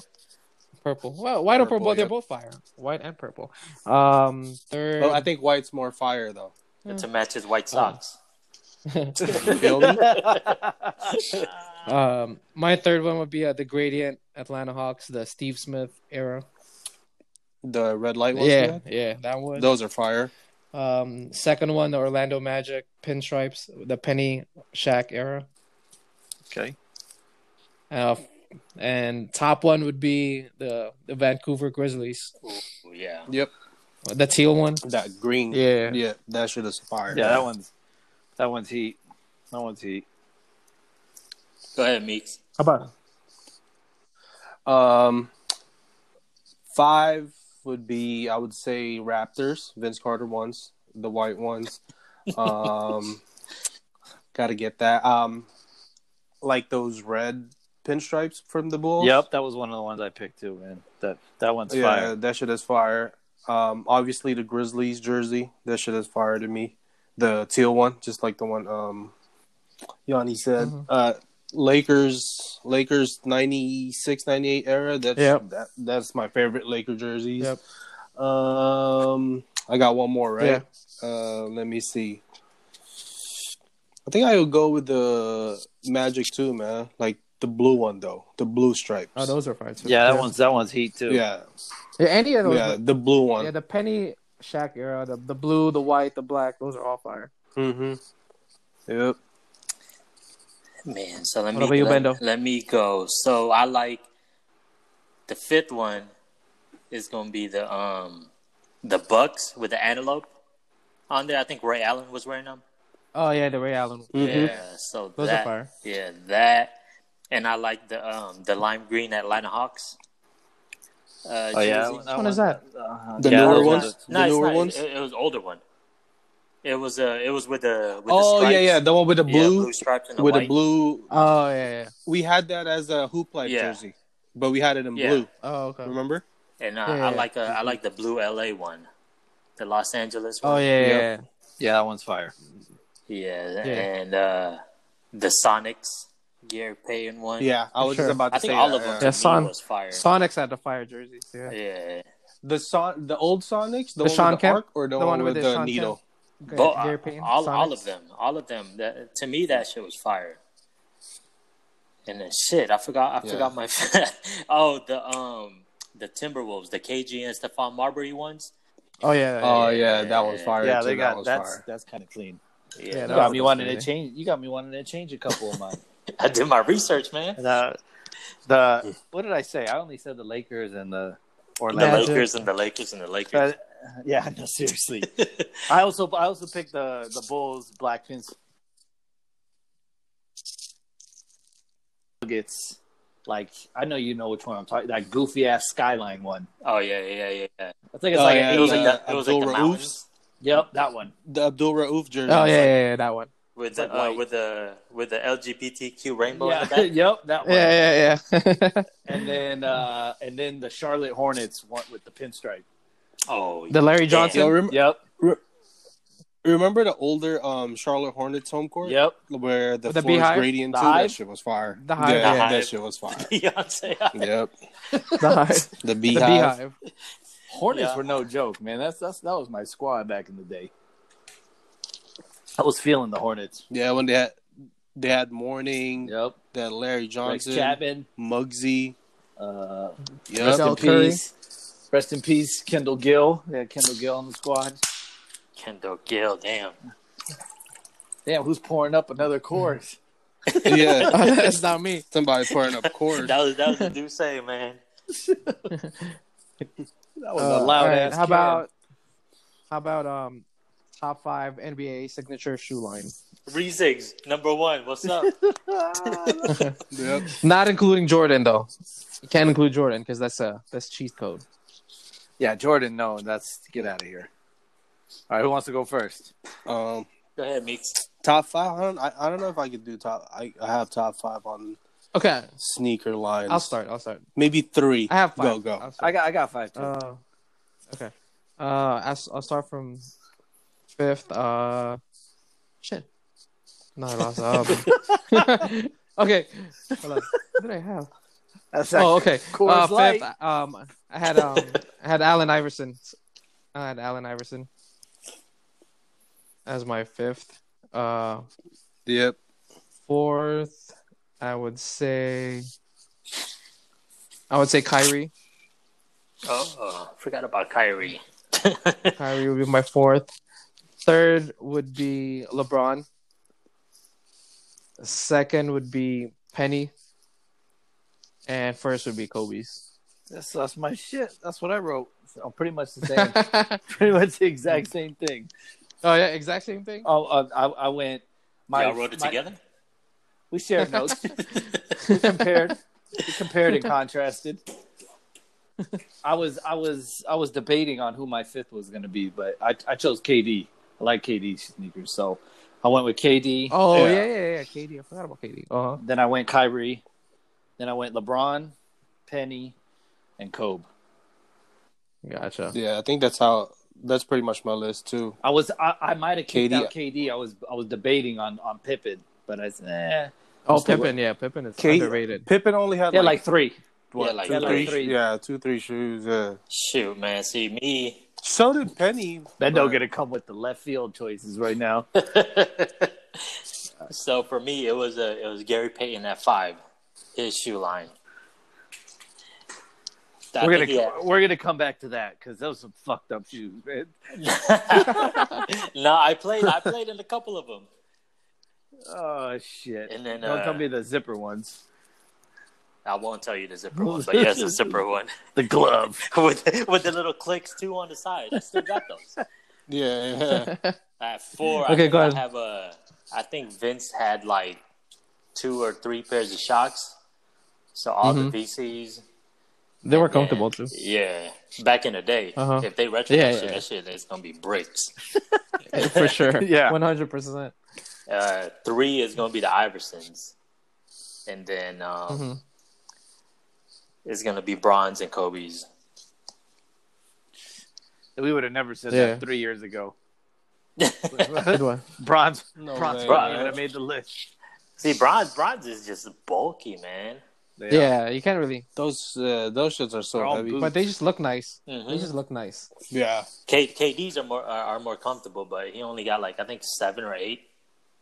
B: Purple. Well, white or
E: Purple,
B: purple, they're
E: yeah.
B: both fire. White and purple. Um, third.
E: But Oh, I think white's more fire though.
C: to match his
D: Oh.
C: white socks.
E: You feel me?
B: Um, my third one would be uh, the Gradient Atlanta Hawks, the Steve Smith era.
E: The red light ones.
B: Yeah,
E: man?
B: yeah, that one.
E: Those are fire.
B: Um, second one, the Orlando Magic pinstripes, the Penny Shack era.
E: Okay.
B: Uh, and top one would be the, the Vancouver Grizzlies,
C: Ooh, yeah.
E: Yep.
B: the teal one.
E: That green.
B: Yeah.
E: Yeah. That shit is fire.
D: Yeah, that one's that one's heat. That one's heat.
C: Go ahead, Meeks.
B: How about
E: Um, five would be I would say Raptors, Vince Carter ones, the white ones. Um, gotta get that. Um, like those red pinstripes from the Bulls.
D: Yep, that was one of the ones I picked too, man. That that one's
E: yeah,
D: fire.
E: that shit is fire. Um, obviously the Grizzlies jersey, that shit is fire to me. The teal one, just like the one um, Yanni said.
B: Mhm.
E: Uh, Lakers, Lakers 96, 98 era. That's
B: Yep.
E: that, that's my favorite Laker jerseys.
B: Yep.
E: Um, I got one more, right?
B: Yeah.
E: Uh, let me see. I think I would go with the Magic too, man. Like the blue one though, the blue stripes.
B: Oh, those are fine too.
D: Yeah, that one's that one's heat too.
E: yeah,
B: Yeah, any of those.
E: yeah, the blue one.
B: yeah, the Penny Shack era, the, the blue, the white, the black. Those are all fire.
E: Mm-hmm. Yep.
C: Man, so let
B: What
C: me
B: about you,
C: let,
B: Bendo?
C: let me go. So I like the fifth one is gonna be the um the Bucks with the antelope on there. I think Ray Allen was wearing them.
B: Oh yeah, the Ray Allen.
C: Mm-hmm.
E: Mm-hmm.
C: Yeah, so
B: Those are
C: that,
B: fire.
C: Yeah, that and I like the um the lime green Atlanta Hawks. Uh,
D: Oh yeah,
C: jersey.
B: one is that?
D: Uh,
E: The
D: yeah,
E: newer
D: that
C: No,
D: was-
E: ones?
C: No,
E: The
C: it's
E: newer
C: not.
E: ones?
C: It, it was older one. It was uh, it was with the with
E: Oh
C: the
E: yeah, yeah,
C: stripes.
E: the one with the
C: yeah,
E: blue,
C: blue stripes and the
E: with
C: white.
E: the blue.
B: Oh yeah, yeah.
E: We had that as a hoop life
C: Yeah.
E: jersey, but we had it in
C: Yeah.
E: blue.
B: Oh okay.
E: Remember?
C: And uh,
B: Yeah, yeah,
C: I
B: yeah.
C: like uh, I like the blue LA one, the Los Angeles one.
B: Oh yeah, yeah,
E: Yep.
B: yeah.
D: yeah, that one's fire.
C: yeah,
B: Yeah.
C: and uh, the Sonics Gary Payton one.
E: Yeah, I was
B: Sure.
E: just about to
C: I think
E: say
C: all
E: that,
C: of them
E: yeah.
C: to
B: Yeah,
C: me
B: Son-
C: was fire.
B: Sonics had the fire jerseys. Yeah.
C: yeah,
E: The son, the old Sonics, the,
B: The
E: one
B: Sean
E: with the
B: Kemp?
E: arc, or the, one, with, the,
B: Sean
E: needle.
B: Okay,
C: Bo- uh,
B: Gary Payton,
C: all, all
B: Sonics.
C: of them, all of them. That, to me, that shit was fire. And then shit, I forgot, I
E: Yeah.
C: forgot my. oh, the um, the Timberwolves, the KG and Stephon Marbury ones.
B: Oh yeah.
C: Uh,
B: yeah,
E: Oh yeah, that one's fire.
D: Yeah,
E: too.
D: they
E: that
D: got
E: was
D: that's
E: fire.
D: that's kind of clean.
B: Yeah,
C: Yeah,
D: You
B: that
D: got
B: was
D: me wanting to
B: crazy.
D: change. You got me wanting to change a couple of mine.
C: I did my research, man.
D: the, the what did I say? I only said the Lakers and the
C: The
B: Magic.
D: Orlando.
C: Lakers and the Lakers and the Lakers.
D: But, yeah, no, seriously. I also I also picked the the Bulls, Black Pins, Nuggets. Like I know you know which one I'm talking. That goofy ass skyline one.
C: oh yeah, yeah, yeah, yeah.
D: I think it's
E: Oh,
D: like
E: yeah,
D: an
C: It was like
E: the
C: the, it was like the
E: Abdul-Raouf.
C: mountains
D: yep, that one.
E: The Abdul Rauf jersey.
B: Oh yeah, yeah, yeah, that one.
C: with the
D: Like
C: uh,
D: white.
C: with the with the LGBTQ rainbow in
D: Yeah,
C: the back.
D: yep, that one.
B: Yeah, yeah, yeah.
D: And then uh and then the Charlotte Hornets one with the pinstripe.
C: Oh,
B: the Larry Johnson.
E: Yo, rem-
D: Yep,
E: remember the older um, Charlotte Hornets home court?
D: yep.
E: Where the,
B: With the
E: floor is
B: beehive?
E: gradient
D: The
E: too?
D: hive?
E: That shit was fire.
B: The hive,
E: Yeah,
C: yeah.
E: that shit was fire.
C: Beyonce.
E: yep.
B: The hive.
E: The
B: The
E: beehive.
B: beehive.
D: Hornets
C: Yeah.
D: were no joke, man. That's that's that was my squad back in the day. I was feeling the Hornets.
E: Yeah, when they had they had morning.
D: Yep.
E: They had Larry
D: Rex
E: Johnson.
D: Chapman.
E: Muggsy.
D: Uh,
E: Yep.
D: rest in
B: Del Curry.
D: peace. Rest in peace, Kendall Gill. Yeah, Kendall Gill on the squad.
C: Kendall Gill, damn.
D: Damn, who's pouring up another course?
E: yeah,
B: That's not me.
E: somebody's pouring up corn.
C: That was that was the do say, man.
D: That was
B: Uh,
D: a loud
B: all right,
D: ass.
B: How about how about um top five NBA signature shoe line,
C: Rezigs, number one. What's up?
E: Yep.
B: not including Jordan though. You can't include Jordan because that's a that's cheat code.
D: Yeah, Jordan. No, that's get out of here. All right, who wants to go first?
E: Um,
C: Go ahead, Meeks.
E: top five. I don't, I, I don't know if I could do top. I, I have top five on
B: Okay,
E: sneaker lines.
B: I'll start. I'll start.
E: Maybe three.
B: I have five.
E: Go go.
B: I'll start.
D: I got I got five. Too.
B: Uh, okay. Uh, I'll, I'll start from fifth. Uh, shit. No, I lost the album. okay. Hold on. What did I have?
D: that's
B: Oh, okay.
D: Coors
B: Uh, fifth.
D: Light.
B: Um, I had um, I had Allen Iverson. I had Allen Iverson as my fifth. Uh,
E: Yep.
B: fourth, I would say. I would say Kyrie.
C: Oh, forgot about Kyrie.
B: Kyrie would be my fourth. Third would be LeBron. Second would be Penny. And first would be Kobe's.
D: that's that's my shit. That's what I wrote. So pretty much the same.
B: oh
D: pretty much the exact same thing.
B: yeah, exact same thing.
D: Oh, uh, I I went. My,
C: Y'all wrote it
D: my-
C: together.
D: We shared notes. we compared. We compared and contrasted. I was I was I was debating on who my fifth was going to be, but I I chose KD. I like KD sneakers, so I went with KD.
B: Oh yeah, yeah, yeah. yeah. Katie, I forgot about Katie. Uh huh.
D: Then I went Kyrie. Then I went LeBron, Penny, and Kobe.
B: Gotcha.
E: Yeah, I think that's how. That's pretty much my list too.
D: I was I, I might have kicked
E: KD.
D: out KD. I was I was debating on on Pippen, but I said eh.
B: Oh,
E: What's the
B: Pippin. Yeah, Pippin is
E: Katie-
B: underrated.
E: Pippen only had
D: yeah,
E: like,
D: like three.
E: what,
C: Yeah, like
E: two,
C: three.
E: three,
D: Three.
E: yeah, two, three shoes. Yeah.
C: Shoot, man. See me.
E: So did Penny.
D: Bendo
E: but-
D: gonna come with the left field choices right now.
C: so for me, it was a it was Gary Payton at five. His shoe line. I
D: we're gonna
C: think he had-
D: we're gonna come back to that because those some fucked up shoes, man.
C: no, I played. I played in a couple of them,
D: Oh shit!
C: and then
D: Don't
C: uh,
D: tell me the zipper ones,
C: I won't tell you the zipper one, but yes, the zipper one um,
D: the glove.
C: with with the little clicks too on the side. I still got those.
E: Yeah, yeah.
C: At four, I
B: Okay,
C: think
B: go ahead.
C: I have a. I think Vince had like two or three pairs of shocks, so all the VCs.
B: They Mm-hmm. were comfortable too.
C: Yeah, back in the day,
B: Uh-huh.
C: if they retro
B: Yeah,
C: that shit,
B: yeah.
C: that shit is gonna be bricks.
B: For sure.
D: Yeah.
B: One hundred percent.
C: Uh, three is gonna be the Iversons, and then um,
B: Mhm.
C: it's gonna be Bronze and Kobe's.
D: We would have never said
B: Yeah.
D: that three years ago.
B: Good one.
D: Bronze,
E: No
D: bronze
E: way.
D: would have made the list.
C: See, bronze, bronze is just bulky, man.
D: They are.
B: Yeah, you can't really
E: Those uh, those shits are so
D: They're all
E: heavy.
D: boots.
B: but they just look nice. They
C: Mm-hmm.
B: just look nice.
E: Yeah.
C: K- KD's are more are, are more comfortable, but he only got like I think seven or eight.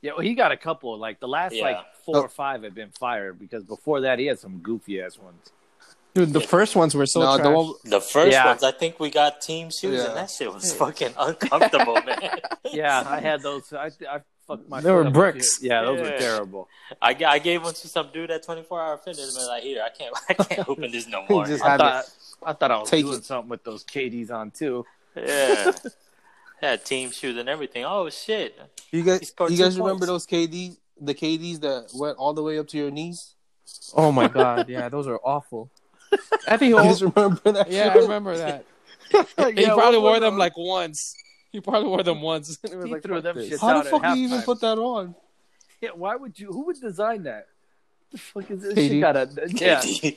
D: Yeah, well, he got a couple. Like the last
C: Yeah.
D: like four or five have been fired because before that he had some goofy ass ones.
B: Dude, the first ones were so
E: no,
B: trash.
E: the one
C: The first
D: Yeah.
C: ones, I think we got team shoes,
E: Yeah.
C: and that shit was fucking uncomfortable, man.
D: Yeah, I had those. I I fucked my.
B: They
D: foot
B: were
D: up a
B: bricks.
D: few- Yeah, those
C: Yeah.
D: were terrible.
C: I, ga- I gave one to some dude at 24 Hour Fitness, and was like, here, I can't, I can't open this no more.
E: just
D: I
E: had
D: thought I thought I was
E: Take
D: doing
E: it.
D: something with those KDs on too.
C: yeah, had team shoes and everything. Oh shit!
E: You
C: He
E: guys,
C: scored
E: you
C: two
E: guys remember those KDs, the KDs that went all the way up to your knees?
B: Oh my god, yeah, those are awful. I think he
E: You
B: al-
E: guys Oh. remember that?
B: Yeah, I
E: shit?
B: remember that. he
E: Yeah,
B: probably
E: what
B: wore
E: were
B: them
E: those?
B: like once. He probably wore them once. It was
D: He
B: like,
D: threw
B: fuck
D: them
B: this.
D: shits
E: How
D: out at
E: the fuck do you even
D: halftime.
E: put that on?
D: Yeah, why would you? Who would design that? The fuck is this?
B: KD.
D: She got a yeah.
C: yeah,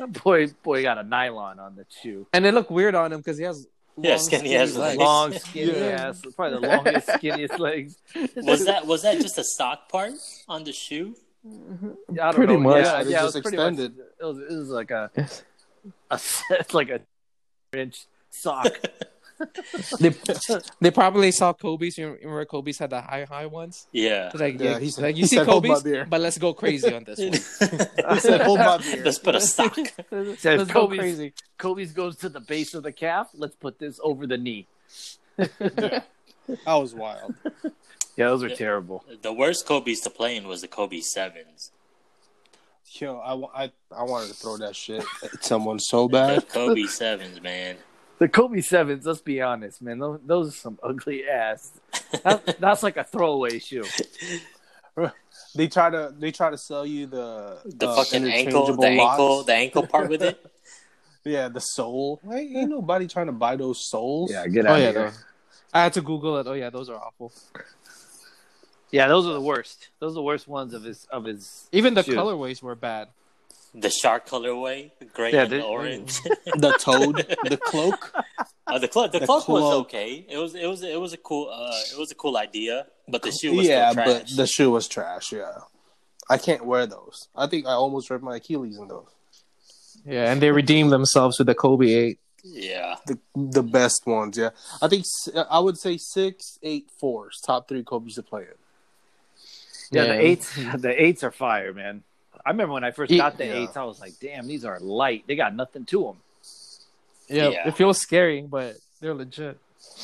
D: that boy, boy got a nylon on the shoe.
B: And they look weird on him because he has
C: Yeah,
B: long,
C: skinny
B: skinny
C: ass
B: legs.
C: legs.
D: Long skinny
E: Yeah.
D: ass, probably the longest skinniest legs.
C: was that was that just a sock part on the shoe?
D: I don't
B: Pretty
D: know.
B: much.
D: Yeah,
E: It was
D: yeah,
E: just
D: it was pretty much-
E: extended.
D: it, was, it was like a, a it's like a inch sock.
B: They, they probably saw Kobe's. You remember Kobe's had the high high ones.
C: Yeah,
B: Like,
E: Yeah,
B: you,
E: he said-
B: like you
E: he
B: see
E: said, "Hold my
B: Kobe's,
E: beer."
B: but let's go crazy on this one.
E: said, "Hold my beer."
C: Let's put a sock.
B: let's
D: Said
B: go
D: Kobe's.
B: crazy.
D: Kobe's goes to the base of the calf. Let's put this over the knee.
E: That was wild.
D: Yeah, those are terrible.
C: The worst Kobe's to play in was the Kobe sevens.
E: Yo, I, wa- I, I wanted to throw that shit at someone so
C: The
E: bad.
C: Kobe sevens, man.
D: The Kobe sevens. Let's be honest, man. Those, those are some ugly ass. That, that's like a throwaway shoe.
E: They try to they try to sell you the
C: The
E: uh,
C: fucking ankle,
E: interchangeable
C: the ankle,
E: locks.
C: the ankle part with it.
E: yeah, the sole. Ain't, ain't nobody trying to buy those soles.
D: get
B: Oh yeah, though. I had to Google it. Oh yeah, those are awful.
D: Yeah, those are the worst. Those are the worst ones of his of his.
B: Even the
D: Shoot.
B: colorways were bad.
C: The shark colorway, gray
D: Yeah,
C: and
D: they-
C: orange.
E: the toad, the cloak.
C: Uh, the cloak, the,
E: The
C: cloak, was
E: cloak.
C: okay. It was, it was, it was a cool, uh, it was a cool idea, but the shoe was
E: Yeah,
C: still
E: but
C: trash.
E: the shoe was trash. Yeah, I can't wear those. I think I almost ripped my Achilles in those.
B: Yeah, and they redeemed themselves with the Kobe eight.
C: yeah,
E: The the best ones. Yeah, I think s- I would say six, eight, fours. Top three Kobe's to play in.
D: Yeah,
B: Yeah.
D: the eights. The eights are fire, man. I remember when I first
B: Yeah.
D: got the eights, I was like, "Damn, these are light. They got nothing to them."
B: Yeah,
C: Yeah.
B: it feels scary, but they're legit.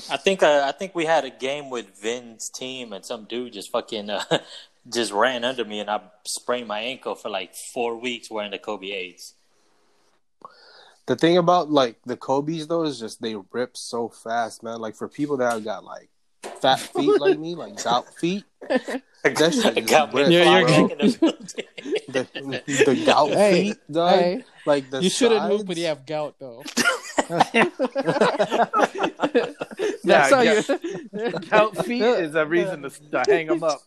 C: I think, uh, I think we had a game with Vin's team, and some dude just fucking, uh, just ran under me, and I sprained my ankle for like four weeks wearing the Kobe eights.
E: The thing about like the Kobe's though is just they rip so fast, man. Like for people that have got like fat feet like me, like gout feet, that shit is
C: Got me
E: ripped,
B: Yeah, you're
E: bro.
C: flying in the building.
E: The, the gout
B: Hey,
E: feet, dog.
B: hey,
E: Like the
B: you shouldn't move
E: sides.
B: when you have gout, though.
D: Yeah,
B: That's how
D: yeah.
B: you.
D: Out feet is a reason to, to hang them up.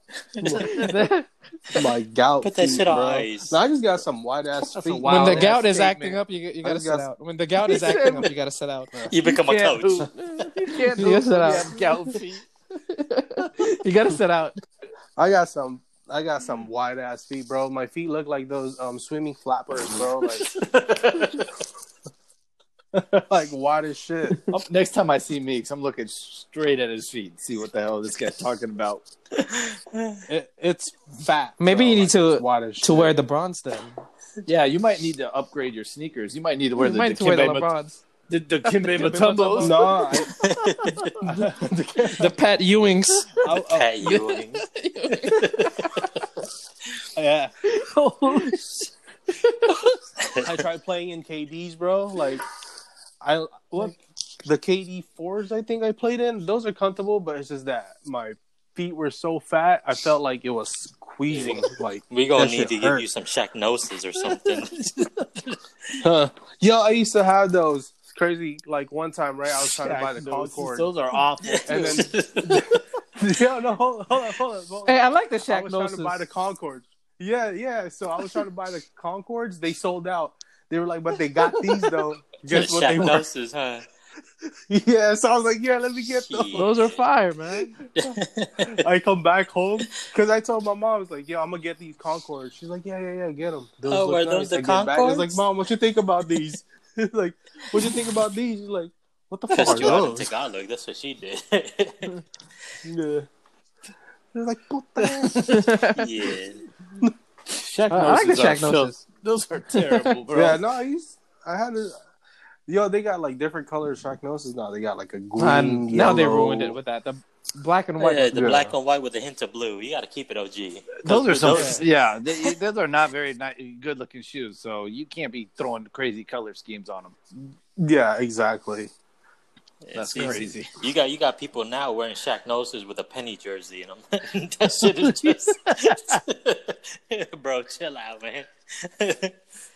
E: my gout.
C: Put that
E: feet,
C: shit on
E: bro.
C: ice.
E: No, I just got some white ass
D: That's a
E: feet.
D: wild
B: when the
D: ass
B: gout is
D: statement.
B: acting up, you, you gotta
E: just
B: sit
E: got-
B: out. When the gout is acting up, you gotta sit out.
C: You become a
D: Can't
C: coach.
D: hoop. You can't
B: You gotta
D: hoop
B: sit
D: when
B: out.
D: you have gout feet.
B: You gotta sit out.
E: I got some. I got some
D: Mm.
E: wide ass feet, bro. My feet look like those um swimming flappers, bro. Like, like wide as shit.
D: Um, Next time I see Meeks, I'm looking straight at his feet, see what the hell this guy's talking about.
E: It, it's fat.
B: Maybe
E: bro.
B: you need
E: Like,
B: to-
E: it's wide as
B: To
E: shit.
B: wear the bronze then.
D: Yeah, you might need to upgrade your sneakers. You might need to wear
B: you
D: the,
B: might
D: the
B: to wear the
D: Kimbe Mat-
B: LeBrons.
D: the, the Kimbe
B: Kimbe
D: Matumbo.
B: Mutombo.
E: No, I,
B: The Pat Ewings.
E: I, I,
C: Pat Ewing.
E: yeah. I tried playing in KDs, bro. Like, I what the KD fours I think I played in. Those are comfortable, but it's just that my feet were so fat, I felt like it was squeezing. Like,
C: We gonna
E: That
C: need
E: shit
C: to give
E: hurt.
C: you some shacknosis or something.
E: huh? Yo, I used to have those. It's crazy. Like one time, right? I was trying to buy the
D: those,
E: Concord.
D: those are awful.
E: And Yo, no, hold, hold on, hold on. Hold on.
B: Hey, I like the
E: I
B: Shaq
E: was trying to buy the Concords. Yeah, yeah. So I was trying to buy the Concords. They sold out. They were like, but they got these though. Guess what they were?
C: shacknosis, huh?
E: Yeah. So I was like, yeah, let me get those.
C: Shit.
B: Those are fire, man.
E: I come back home because I told my mom, I was like, yo, I'm gonna get these Concords. She's like, yeah, yeah, yeah, get them. Those
C: Oh,
E: look
C: were those the
E: I get back, I was
C: Concords?
E: like, mom, what you think about these? like, what you think about these? She's like, what the fuck
C: Because
E: are
C: you out of
E: those?
C: Tagalog, that's what she did.
E: Yeah. They're like, what the?
C: yeah.
D: Shaq
B: I like the
D: noses are
B: Shaq
D: filth.
B: noses.
D: Those are terrible, bro.
E: Yeah, no, I used, I had a. Yo, they got like different colors Sharknosis now. They got like a green.
B: And now they
E: yellow.
B: ruined it with that. The black and white.
C: yeah, the
E: Yeah.
C: black and white with a hint of blue. You got to keep it OG. 'Cause
D: Those are some,
C: those-
D: yeah. They, those are not very ni- good-looking shoes, so you can't be throwing crazy color schemes on them.
E: Yeah, exactly.
D: That's
C: it's-
D: crazy.
C: You got you got people now wearing Shacknosis with a penny jersey and them. that shit is just, bro. Chill out, man.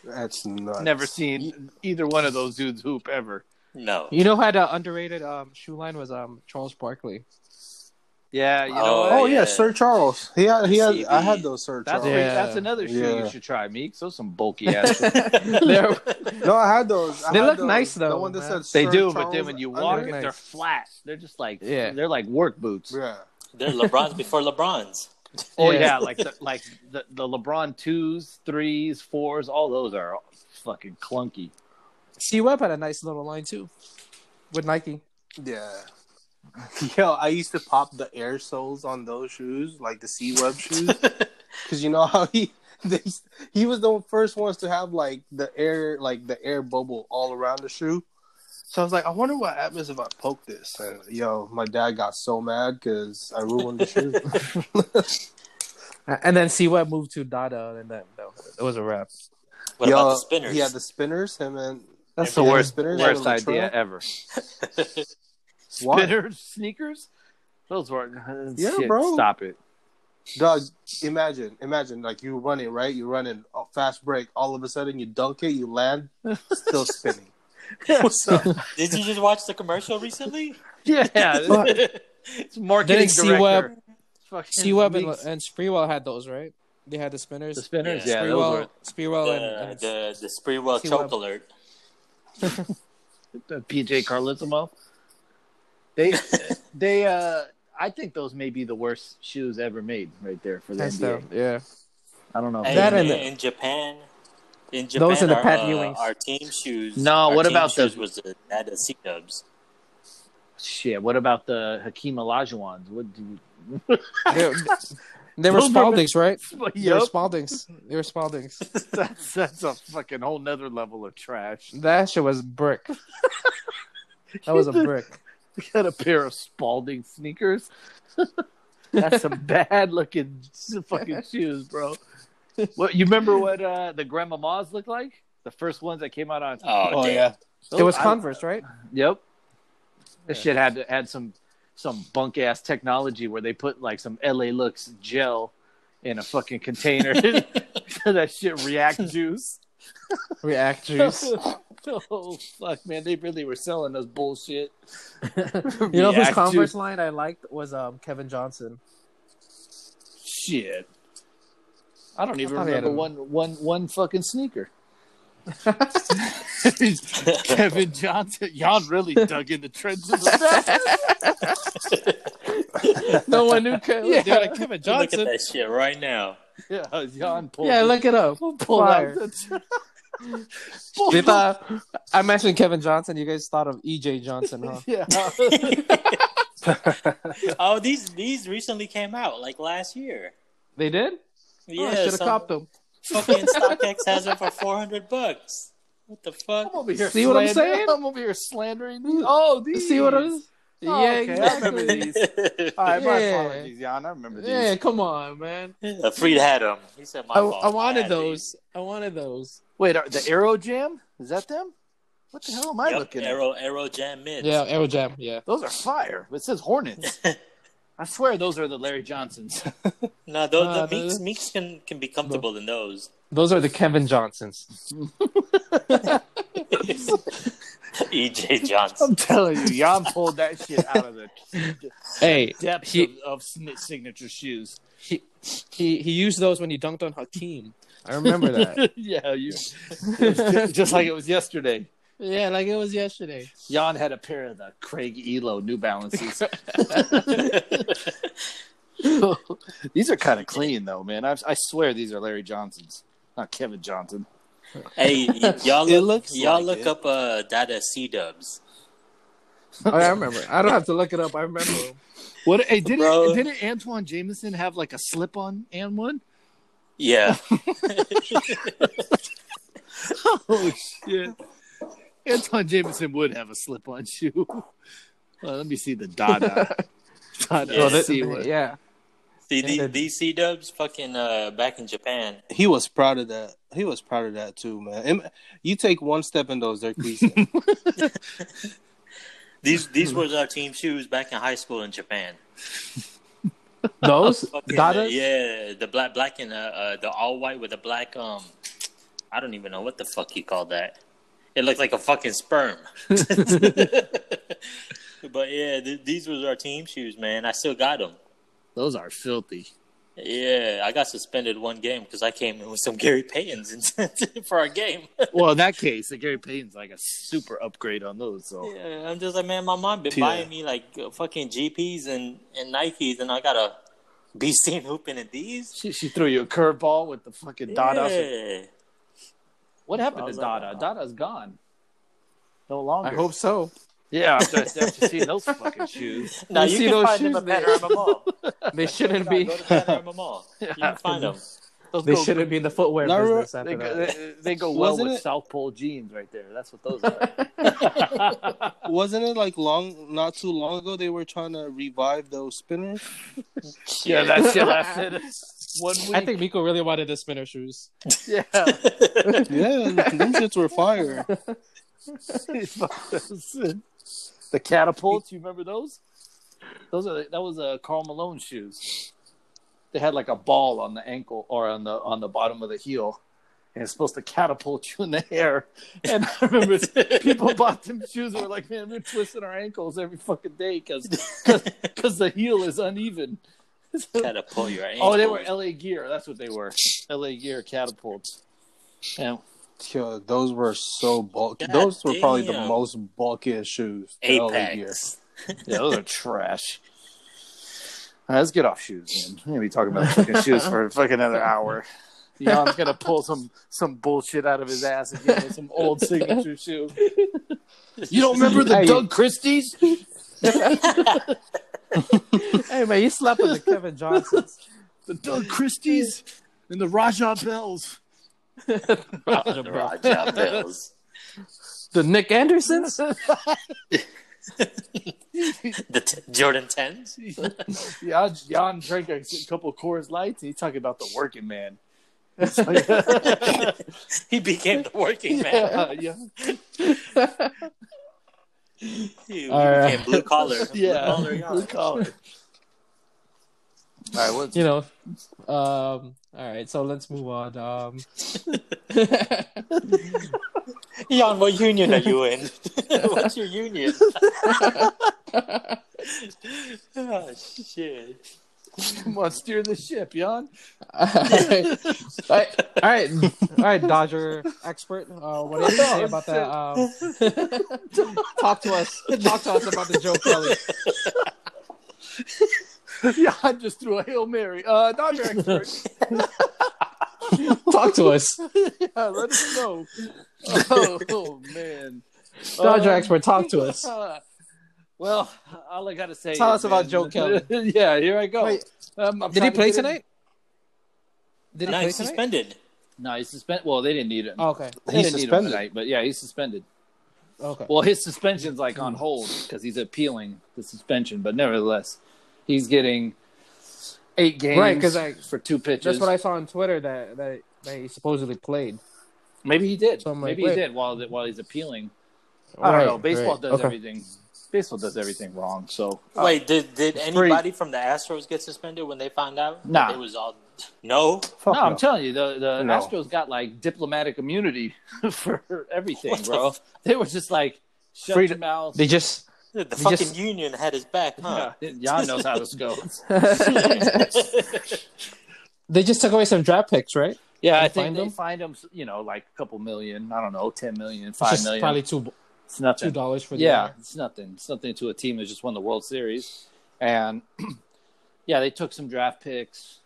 E: That's nuts.
D: Never seen either one of those dudes hoop ever.
C: no.
B: You know who had an underrated um, shoe line was um, Charles Barkley.
D: Yeah, you know.
C: Oh,
D: what?
E: Oh yeah,
C: yeah.
E: Sir Charles. He had, he had,
C: CB.
E: I had those Sir
D: That's
E: Charles.
B: Yeah.
D: that's another shoe
E: Yeah.
D: you should try, Meeks. Those some bulky ass. shoes.
B: They're-
E: No, I had those. I
B: They
E: had
B: look
E: those.
B: nice, though,
E: The one that
B: man.
E: said
D: they
E: Sir
D: do, but
E: Charles
D: then when you walk,
E: under-
D: if
B: nice.
D: they're flat. They're just like
B: Yeah.
D: they're like work boots.
E: yeah,
C: They're LeBrons before LeBrons.
D: Oh yeah,
B: Yeah.
D: like the, like the, the LeBron twos, threes, fours, all those are fucking clunky.
B: C Web had a nice little line too with Nike.
E: yeah. Yo, I used to pop the air soles on those shoes, like the C Web shoes, because you know how he they, he was the first ones to have like the air, like the air bubble all around the shoe. So I was like, I wonder what happens if I poke this. And yo, my dad got so mad because I ruined the shoe.
B: And then see what moved to Dada, and then no, it was a wrap.
C: What
E: Yo,
C: about the spinners?
E: Yeah, the spinners. Him and
D: That's
E: Yeah,
D: the worst,
E: spinners
D: worst
E: and Latrell.
D: idea ever.
E: Why?
D: Spinner sneakers? Those were uh,
E: Yeah,
D: shit,
E: bro.
D: Stop it.
E: Doug, imagine, imagine, like you run it right, you run it a fast break. All of a sudden, you dunk it, you land, still spinning. What's up?
C: Did you just watch the commercial recently?
D: Yeah, it's marketing
B: Didn't see what-
D: director. Fucking
B: See Web and,
D: leaks.
B: and Spreewell had those, right? They had the spinners.
D: the spinners.
C: Yeah,
D: Yeah, those
B: Spreewell,
D: were
B: Spreewell Oh, and,
C: the
B: and
C: the, the Spreewell
B: See
C: choke
B: what-
C: alert.
D: the PJ Carlissimo. They, they, uh, I think those may be the worst shoes ever made, right there for the
B: Hands
D: NBA.
B: down, yeah.
D: I don't know.
C: Hey,
B: That
C: in,
B: and the-
C: in Japan, in Japan,
B: Those are the
C: our,
B: Pat
C: uh,
B: Ewings.
C: our team shoes.
D: No,
C: our
D: what
C: team
D: about the-
C: shoes was the Nada C Dubs?
D: Shit, what about the Hakeem Olajuwons? What do you...
B: They, they were
D: Those were-
B: Spaldings, right? They were
D: Yup.
B: Spaldings. They were Spaldings.
D: that's that's a fucking whole nother level of trash.
B: That shit was brick. That was a brick.
D: You got a pair of Spalding sneakers. that's some bad looking fucking shoes, bro. What you remember what uh, the Grandma Ma's looked like? The first ones that came out on.
C: Oh,
E: Oh
C: damn.
E: yeah,
B: It was
D: I-
B: Converse, right?
D: Yep. This
B: Yeah.
D: shit had to had some some bunk ass technology where they put like some LA looks gel in a fucking container. so that shit react juice.
B: React juice.
D: oh fuck, man! They really were selling us bullshit.
B: You know whose
D: React
B: Converse
D: juice.
B: line I liked was um, Kevin Johnson.
D: Shit. I don't even
B: thought he had
D: remember
B: a-
D: one one one fucking sneaker. Kevin Johnson, y'all really dug in the trenches of that.
B: no one knew Kevin. Yeah,
D: Kevin
C: Look at that shit right now.
D: Yeah, John pulled.
B: yeah
D: it.
B: look it up.
D: pull
B: Fire.
D: out the Pull
B: They
D: out-
B: thought I mentioned Kevin Johnson. You guys thought of EJ Johnson, huh?
D: Yeah.
C: Oh, these these recently came out like last year.
B: They did.
C: Yeah,
B: should have
C: some
B: Oh, copped them.
C: fucking StockX has them for four hundred bucks. What the fuck?
D: I'm over here.
B: See what I'm
D: slander-
B: saying?
D: I'm over here slandering. these. Oh, these.
B: See what I was?
D: Oh,
B: yeah,
D: okay. I remember
B: exactly.
D: these.
E: all right, my
B: Yeah.
E: apologies, Jan. I remember these.
B: Yeah, come on, man.
C: Uh, Freed had them. He said, "My
B: I,
C: fault.
B: I
C: had
B: wanted
C: these."
B: those. I wanted those.
D: Wait, are, the Arrow Jam is that them? What the hell am I
C: Yep,
D: looking at?
C: Arrow Arrow Jam mids.
B: Yeah, Arrow Jam. Yeah.
D: Those are fire. It says Hornets. I swear those are the Larry Johnsons.
C: No, those,
B: Nah,
C: the Meeks,
B: those-
C: Meeks can, can be comfortable in those.
B: Those are the Kevin Johnsons.
C: EJ
D: I'm
C: E Johnson.
D: telling you, Jan pulled that shit out of the
B: Hey,
D: depths
B: He-
D: of, of sni- signature shoes.
B: he he he used those when he dunked on Hakeem. I remember that.
D: yeah, you just like it was yesterday.
B: yeah, like it was yesterday.
D: Jan had a pair of the Craig Elo New Balances. these are kind of clean though, man. I, I swear these are Larry Johnsons, not Kevin Johnson.
C: hey, y- y'all
D: It
C: look,
D: looks
C: y'all
D: like
C: look
D: it.
C: up uh, Dada C Dubs.
B: Oh, yeah, I remember. I don't have to look it up. I remember. them.
D: What? Hey, didn't
C: Bro.
D: didn't Antoine Jameson have like a slip on and one?
C: Yeah,
D: Oh shit! Anton Jameson would have a slip-on shoe. Well, let me see the Dada. Dada.
C: Yeah.
B: Oh,
C: they-
D: uh, see
B: they-
D: what-
B: yeah.
C: see the,
B: Yeah.
C: these C Dubs, fucking uh, back in Japan.
E: He was proud of that. He was proud of that too, man. Im- You take one step in those, they're creasing.
C: These these were our team shoes back in high school in Japan.
B: Those
C: Fucking, uh,
B: Dadas.
C: yeah, the black black and uh, uh, the all white with the black um, I don't even know what the fuck you call that. It looked like a fucking sperm. but yeah, th- these was our team shoes, man. I still got them.
D: Those are filthy.
C: Yeah, I got suspended one game because I came in with some Gary Paytons in, for our game.
D: Well, in that case, the Gary Payton's like a super upgrade on those. So
C: Yeah, I'm just like, man, my mom been
E: Yeah.
C: buying me like uh, fucking GPs and, and Nikes, and I gotta be seen hooping in these.
D: she, she threw you a curveball with the fucking Dada.
C: Yeah.
D: What happened
C: I
D: to uh,
C: was like,
D: Dada? Dada's gone. No longer.
B: I hope so.
D: Yeah, after, after seeing those fucking shoes.
C: Now
B: You
C: you,
B: see
C: can
B: those
C: find them
B: shoes
C: at
B: there.
C: Panorama Mall.
B: They shouldn't
C: Nah,
B: be.
C: Go to Panorama Mall. You
D: Yeah.
C: can find them.
D: Those
B: They
D: go-
B: shouldn't be in the footwear
E: No,
B: business
E: they
B: after
D: They go,
B: that.
D: they, they go well
E: Wasn't
D: with
E: it-
D: South Pole jeans right there. That's what those are.
E: Wasn't it like long, not too long ago? They were trying to revive those spinners.
D: yeah, that shit lasted one week.
B: I think Miko really wanted the spinner shoes.
D: yeah.
E: Yeah, them shits were fire.
D: the catapults, you remember those? Those are that was a uh, Carl Malone shoes. They had like a ball on the ankle or on the on the bottom of the heel, and it's supposed to catapult you in the air. And I remember people bought them shoes and were like, "Man, we're twisting our ankles every fucking day because because the heel is uneven."
C: Gotta pull your ankle.
D: oh, they were LA Gear. That's what they were. LA Gear catapults. Yeah.
E: Yo, those were so bulky.
C: God
E: those were probably the
C: damn.
E: most bulkiest shoes. hell yeah.
C: Apex.
D: Yeah, those are trash. All right, let's get off shoes, man. We're gonna be talking about fucking shoes for fucking another hour. Jan's gonna pull some some bullshit out of his ass again with some old signature shoe. You don't remember the
E: Hey.
D: Doug Christie's?
B: Hey man, you slept with the Kevin Johnsons.
D: The Doug Christie's and the Rajah Bells.
C: The Rajah Bills.
B: the Nick Andersons?
C: The t- Jordan 10s?
D: Yeah, Jan drank a couple Coors Lights. And he's talking about the working man.
C: he became the working man.
D: yeah, yeah.
C: He
B: All right.
C: became blue collar.
D: Yeah.
C: Blue collar.
D: Blue collar. All right, what's
B: you know. Um all right, so let's move on. Um
C: Jan, what union are you in? What's your union? oh, shit.
D: come on, steer the ship, Jan?
B: all right, all right, all right, all right, Dodger expert. Uh, what do you say
D: Oh,
B: about that? Um, talk to us. Talk to us about the Joe Kelly.
D: Yeah, I just threw a Hail Mary. Uh, Dodger expert.
B: Talk to us,
D: yeah, let us know. Oh, oh, man.
B: Dodger
D: Um,
B: expert. Talk to us.
D: Uh, Well, all I got to say
B: Tell
D: is,
B: us about Joe Kelly.
D: yeah, here I go.
B: Wait,
D: Um, I'm
B: Did he
D: trying to
B: play
D: get in-
B: tonight? Did he
C: Now
B: play
C: he's
B: tonight?
C: suspended.
D: No, he's suspended. Well, they didn't need him.
B: Oh, okay,
D: they
E: He's
D: didn't
E: suspended.
D: need him tonight, but yeah, he's suspended.
B: okay.
D: Well, his suspension's like on hold because he's appealing the suspension, but nevertheless, he's getting eight games
B: Right, 'cause I-
D: for two pitches.
B: That's what I saw on Twitter that that, that he supposedly played.
D: Maybe he did.
B: So I'm like,
D: Maybe
B: wait.
D: he did while while he's appealing. I don't know. Baseball does everything. Baseball does everything wrong. So uh,
C: Wait, did, did anybody from the Astros get suspended when they found out?
D: Nah.
C: It was all. No?
D: no, I'm telling you, the the
E: No.
D: Astros got like diplomatic immunity for everything,
C: What the
D: bro.
C: f-
D: they were just like shut
B: Free
D: your
B: to-
D: mouth.
B: They just
C: The
B: He
C: fucking
B: just-
C: union had his back, huh?
D: Yeah, Jan knows how this goes.
B: they just took away some draft picks, right?
D: Yeah,
B: They
D: I think
B: fined
D: they
B: him?
D: find them, you know, like a couple million. I don't know, ten million,
B: It's
D: five
B: just
D: million.
B: probably two
D: it's
B: two
D: nothing.
B: dollars for the
D: yeah, it's nothing. It's nothing to a team that just won the World Series, and yeah, they took some draft picks,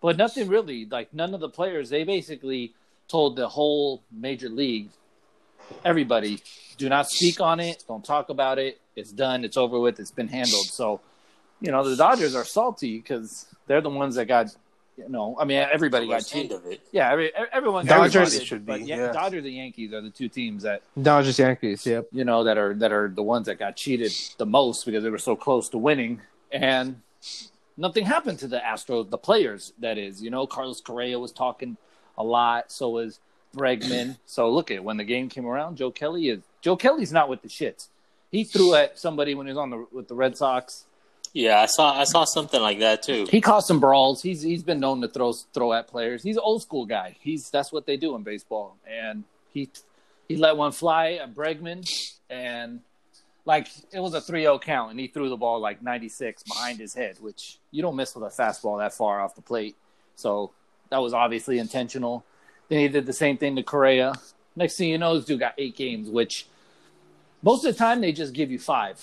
D: but nothing really. Like none of the players, they basically told the whole major league, everybody, do not speak on it, don't talk about it. It's done. It's over with. It's been handled. So, you know, the Dodgers are salty because they're the ones that got, you know, I mean, everybody got
C: Worst end
D: cheated.
C: of it.
D: Yeah, every, everyone.
E: Dodgers
D: cheated,
E: should
D: but
E: be,
D: yeah,
E: yeah.
D: Dodgers and Yankees are the two teams that
B: Dodgers Yankees. Yep.
D: you know that are that are the ones that got cheated the most because they were so close to winning and nothing happened to the Astros the players that is you know Carlos Correa was talking a lot so was Bregman so look at when the game came around Joe Kelly is Joe Kelly's not with the shits he threw at somebody when he was on the with the Red Sox
C: Yeah, I saw I saw something like that too.
D: he caused some brawls he's he's been known to throw throw at players he's an old school guy he's that's what they do in baseball and he he let one fly at Bregman and like it was a 3-0 count and he threw the ball like 96 behind his head which you don't miss with a fastball that far off the plate so that was obviously intentional then he did the same thing to Correa next thing you know this dude got eight games which most of the time they just give you five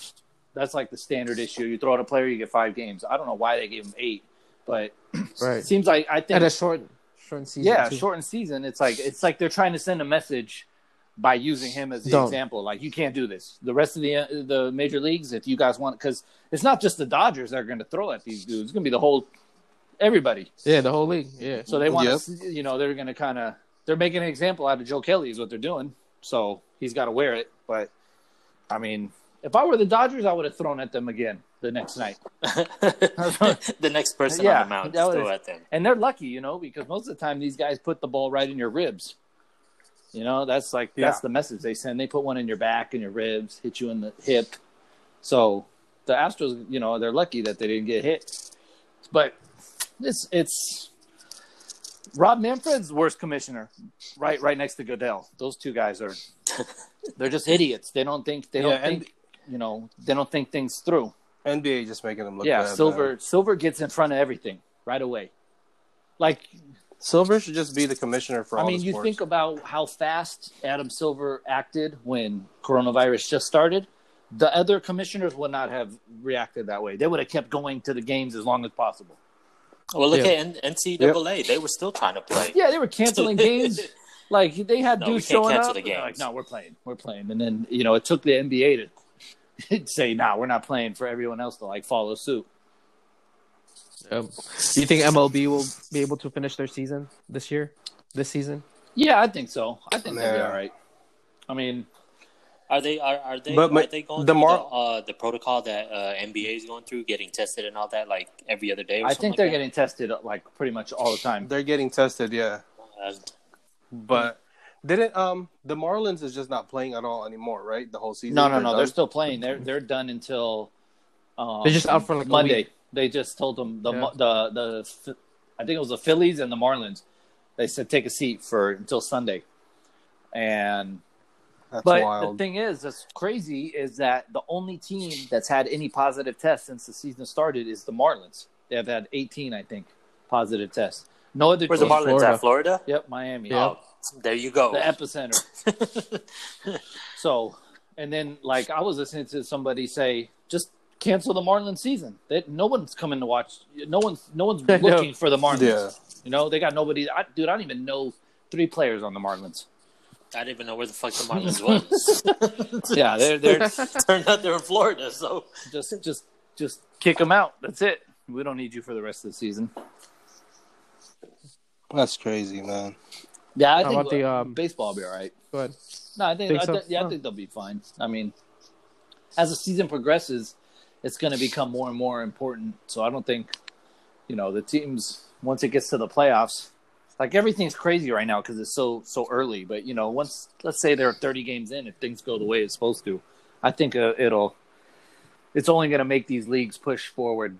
D: that's like the standard issue you throw out a player you get five games i don't know why they gave him eight but it
B: Right.
D: seems like i think
B: And a short short season.
D: yeah,
B: too.
D: shortened season. It's like it's like they're trying to send a message by using him as the
B: Don't.
D: example. Like you can't do this. The rest of the uh, the major leagues, if you guys want, because it's not just the Dodgers that are going to throw at these dudes. It's going to be the whole everybody.
B: Yeah, the whole league. Yeah.
D: So they want, to you know, they're going to kind of they're making an example out of Joe Kelly is what they're doing. So he's got to wear it. But I mean, if I were the Dodgers, I would have thrown at them again the next night.
C: the next person
D: Yeah,
C: on the mound
D: that
C: is still
D: was-
C: at them.
D: And they're lucky, you know, because most of the time these guys put the ball right in your ribs. You know, that's like that's
E: Yeah.
D: the message they send. They put one in your back and your ribs, hit you in the hip. So the Astros, you know, they're lucky that they didn't get hit. But it's it's Rob Manfred's worst commissioner, right? Right next to Goodell. Those two guys are they're just idiots. They don't think they
E: Yeah,
D: don't
E: and-
D: think you know they don't think things through.
E: NBA just making them look
D: yeah,
E: bad, man.
D: Silver Silver gets in front of everything right away. Like
E: Silver should just be the commissioner for all
D: I mean,
E: the
D: you
E: sports.
D: think about how fast Adam Silver acted when coronavirus just started. The other commissioners would not have reacted that way. They would have kept going to the games as long as possible.
C: Well, look
B: Yeah.
C: at N- NCAA. They were still trying to play.
D: Yeah, they were canceling games. Like they had
C: No, we
D: dudes
C: can't
D: showing
C: cancel
D: up.
C: the
D: and they're
C: games.
D: Like, no, we're playing. We're playing. And then you know, it took the NBA to say, "Nah, we're not playing." For everyone else to like follow suit.
B: Um, do you think MLB will be able to finish their season this year? This season?
D: Yeah, I think so. I think they'll be
E: Yeah.
D: all right. I mean,
C: Are they? Are, are they?
E: But my-
C: are they going
E: the
C: through
E: mar-
C: the, uh, the protocol that uh, NBA is going through, getting tested and all that, like every other day? Or
D: I
C: something
D: think
C: like
D: they're
C: that?
D: getting tested like pretty much all the time.
E: They're getting tested, yeah.
C: Uh,
E: But didn't um the Marlins is just not playing at all anymore, right? The whole season.
D: No, no,
E: They're
D: no.
E: done?
D: They're still playing. They're they're done until. Um,
B: They're just out for, like, a
D: Monday.
B: week.
D: They just told them the
B: Yeah.
D: the the Ph- I think it was the Phillies and the Marlins. They said take a seat for until Sunday, and
E: That's
D: but the
E: wild.
D: thing is, that's crazy is that the only team that's had any positive tests since the season started is the Marlins. They have had 18, I think, positive tests. No other
C: where's the
D: team.
C: Marlins at? Florida.
D: Yep, Miami.
B: Yeah.
C: Oh, there you go.
D: The epicenter. So, and then like I was listening to somebody say, just cancel the Marlins season. That no one's coming to watch. No one's no one's
B: I know.
D: looking for the Marlins.
E: Yeah.
D: You know, they got nobody. I, dude, I don't even know three players on the Marlins.
C: I didn't even know where the fuck the Marlins was.
D: Yeah, they're they're
C: Turned out they're in Florida, so
D: just just just kick them out. That's it. We don't need you for the rest of the season.
E: That's crazy, man.
D: Yeah, I
B: How
D: think
B: about the, um,
D: baseball will be all right.
B: Go ahead.
D: No, I think,
B: Think
D: I
B: so?
D: thi- yeah,
B: No.
D: I think they'll be fine. I mean, as the season progresses, it's going to become more and more important. So I don't think, you know, the teams once it gets to the playoffs, like everything's crazy right now because it's so so early. But you know, once let's say there are thirty games in, if things go the way it's supposed to, I think uh, it'll. It's only going to make these leagues push forward.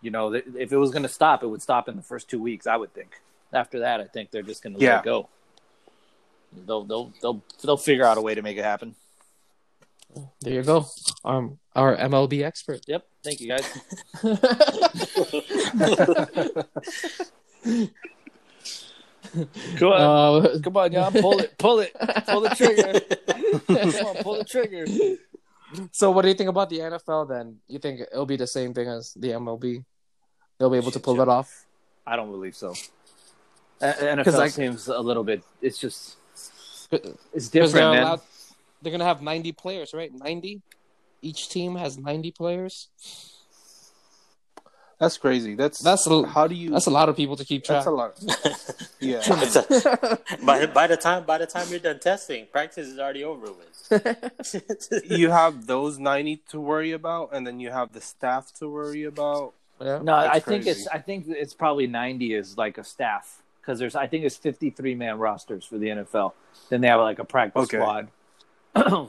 D: You know, th- if it was going to stop, it would stop in the first two weeks. I would think. After that, I think they're just going to let
E: Yeah.
D: it go. They'll they'll they'll they'll figure out a way to make it happen.
B: There you go. Um, our MLB expert.
D: Yep. Thank you guys. Go
B: Uh,
D: Come on, y'all. Pull it. Pull it. Pull the trigger. Come on, pull the trigger.
B: so, what do you think about the NFL? Then you think it'll be the same thing as the MLB? They'll be able to pull it off.
D: I don't believe so. A- NFL
B: 'Cause, like-
D: seems a little bit. It's just. It's
B: Because
D: different,
B: they're
D: man.
B: allowed- they're gonna have ninety players, right? Ninety. Each team has ninety players.
E: That's crazy. That's
B: That's a-
E: how do you?
B: That's a lot of people to keep track.
E: that's a lot. Yeah.
C: It's a- by, by the time by the time you're done testing, practice is already over with.
E: you have those ninety to worry about, and then you have the staff to worry about.
B: yeah.
D: No,
E: That's
D: I think it's.
E: crazy.
D: I think it's probably ninety is like a staff because there's. I think it's fifty-three man rosters for the NFL. Then they have like a practice
E: Okay.
D: squad.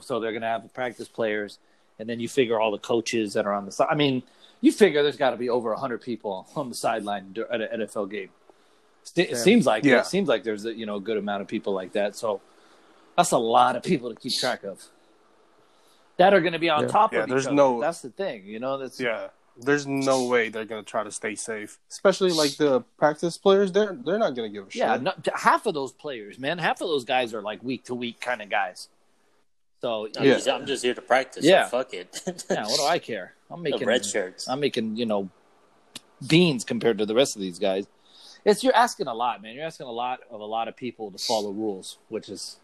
D: so they're gonna have practice players, and then you figure all the coaches that are on the side. I mean, you figure there's got to be over hundred people on the sideline dur- at an NFL game. It se- it seems like
E: Yeah.
D: it seems like there's a you know a good amount of people like that. So that's a lot of people to keep track of. That are going to be on
B: Yeah.
D: top
E: Yeah,
D: of
E: there's
D: each other.
E: no-
D: That's the thing, you know. That's
E: Yeah. There's no way they're gonna try to stay safe, especially like the practice players. They're they're not gonna give a shit.
D: Yeah, no, t- half of those players, man, half of those guys are like week to week kind of guys. So
C: I'm,
E: Yeah.
C: just, I'm just here to practice.
D: Yeah.
C: so fuck it.
D: yeah, what do I care? I'm
C: the
D: making
C: red shirts.
D: I'm making you know beans compared to the rest of these guys. It's you're asking a lot, man. You're asking a lot of a lot of people to follow rules, which is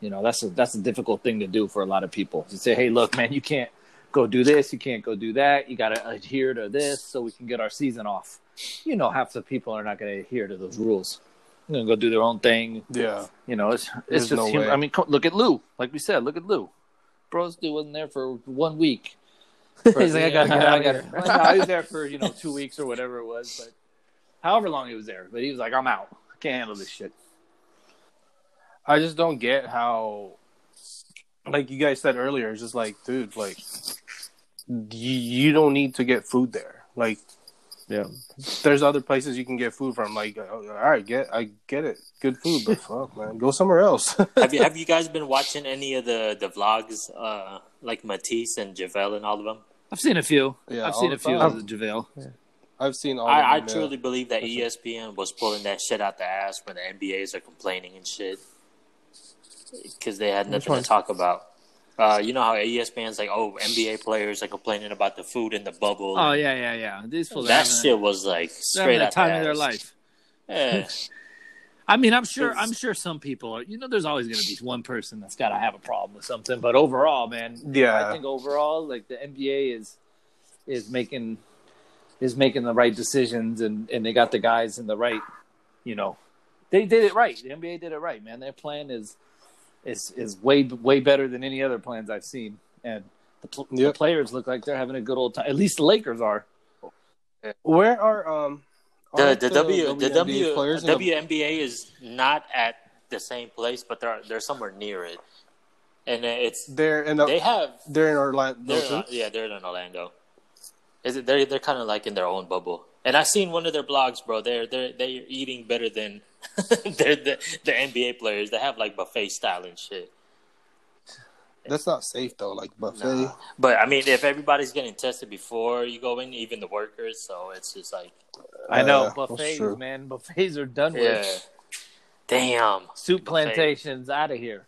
D: you know that's a that's a difficult thing to do for a lot of people. You say, hey, look, man, you can't go do this, you can't go do that. You got to adhere to this so we can get our season off. you know, half the people are not going to adhere to those rules. They're going to go do their own thing.
E: Yeah.
D: You know, it's
E: There's
D: it's just.
E: no
D: human.
E: way.
D: I mean, co- look at Lou. Like we said, look at Lou. Bros, dude wasn't there for one week. He's like, I got,
B: get
D: I
B: outta
D: got.
B: here.
D: Well, no, he was there for you know two weeks or whatever it was, but however long he was there, but he was like, I'm out. I can't handle this shit.
E: I just don't get how, like you guys said earlier, it's just like, dude, like you, you don't need to get food there. Like,
B: Yeah.
E: there's other places you can get food from. Like, uh, all right, get I get it, good food, but fuck, man, go somewhere else.
C: have you have you guys been watching any of the the vlogs, uh, like Matisse and Javelle and all of them?
D: I've seen a few.
E: Yeah,
D: I've seen
E: all
D: a few
E: the
D: of the
E: time.
D: JaVale.
E: I've seen all.
C: I, I
D: uh,
E: of them, yeah.
C: truly believe that E ESPN was pulling that shit out the ass when the NBAs are complaining and shit because they had nothing to
B: one?
C: talk about. Uh, you know how ESPN's like, oh, NBA players are complaining about the food in the bubble.
D: Oh yeah, yeah, yeah. These fools are
C: that
D: having a-
C: shit was like
D: they're having
C: straight
D: the
C: out
D: time of their
C: ass.
D: life.
C: Yeah.
D: I mean, I'm sure.
C: It's-
D: I'm sure some people are. You know, there's always going to be one person that's got to have a problem with something. But overall, man,
E: Yeah.
D: I think overall, like the NBA is is making is making the right decisions, and and they got the guys in the right. You know, they did it right. The NBA did it right, man. Their plan is is is way way better than any other plans I've seen, and the, pl- the
E: Yep.
D: players look like they're having a good old time. At least the Lakers are.
E: Where are um
C: the,
E: aren't
C: the, W the
E: WNBA
C: W
E: players in the-
C: WNBA is not at the same place, but they're they're somewhere near it, and it's
E: they're in
C: they
E: the,
C: have
E: they're in Orlando.
C: They're
E: too?
C: not, yeah, they're in Orlando. Is it? They're they're kind of like in their own bubble. And I've seen one of their blogs, bro. They're they're they're eating better than they're the, the NBA players. They have like buffet style and shit.
E: That's not safe though. Like buffet.
C: Nah. But I mean, if everybody's getting tested before you go in, even the workers, so it's just like
D: I know
E: Uh, that's
D: buffets,
E: true.
D: man. Buffets are done
C: yeah,
D: with.
C: damn.
D: Soup plantations out of here.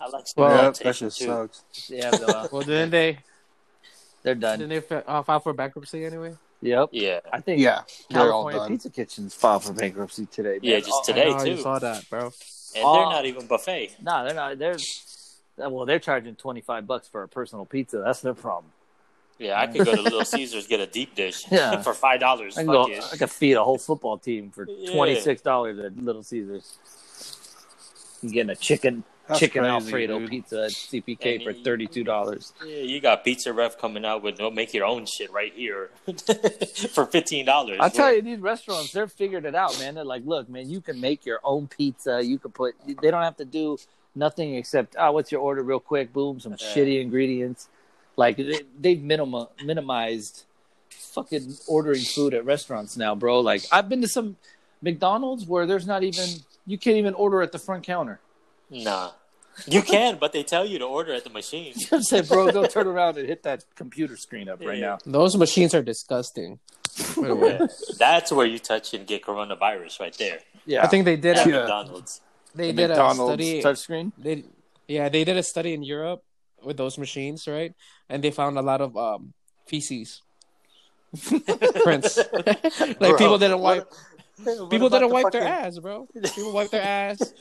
C: I like
B: Well,
E: yeah,
C: experimentation,
E: that shit
C: too.
E: sucks.
D: Yeah, Noah,
B: Well, didn't they
D: they're done.
B: didn't they fi- uh, file for bankruptcy anyway?
D: Yep.
C: Yeah,
D: I think
E: Yeah, they're all
D: California
E: done.
D: Pizza Kitchens filed for bankruptcy today. man.
C: yeah, just
D: Oh,
B: I
C: today
B: know,
C: too.
B: You saw that, bro.
C: And
D: Oh.
C: they're not even buffet.
D: No, they're not. They're well, they're charging twenty five bucks for a personal pizza. That's their problem.
C: Yeah, I could go to Little Caesars get a deep dish
D: Yeah.
C: for five dollars.
D: I
C: Fuck
D: can go.
C: it.
D: I can feed a whole football team for
C: Yeah.
D: twenty six dollars at Little Caesars. You getting a chicken
E: That's
D: chicken
E: crazy,
D: Alfredo
E: dude.
D: pizza at CPK
C: And
D: for
C: you-
D: thirty two dollars.
C: Yeah, you got Pizza Ref coming out with no make your own shit right here for fifteen dollars.
D: I tell you, these restaurants, they're figured it out, man. They're like, look, man, you can make your own pizza. You can put, they don't have to do nothing except, oh, what's your order real quick? Boom, some
C: Yeah.
D: shitty ingredients. Like, they, they've minima, minimized fucking ordering food at restaurants now, bro. Like, I've been to some McDonald's where there's not even, you can't even order at the front counter.
C: nah, you can, but they tell you to order at the machine.
D: I said, bro, go turn around and hit that computer screen up right
C: Yeah.
D: now.
B: Those machines are disgusting. by the way.
C: Yeah, that's where you touch and get coronavirus right there
D: Yeah.
B: I think they did.
C: at
B: A,
E: Yeah.
C: McDonald's.
B: they
D: The
B: did a
D: McDonald's
B: study.
D: touchscreen.
B: They yeah, they did a study in Europe with those machines, right? And they found a lot of um, feces prints. like
C: Bro,
B: people didn't
C: what-
B: wipe.
C: what
B: people
C: about the
B: didn't wipe
C: fucking-
B: their ass, bro. People wipe their ass.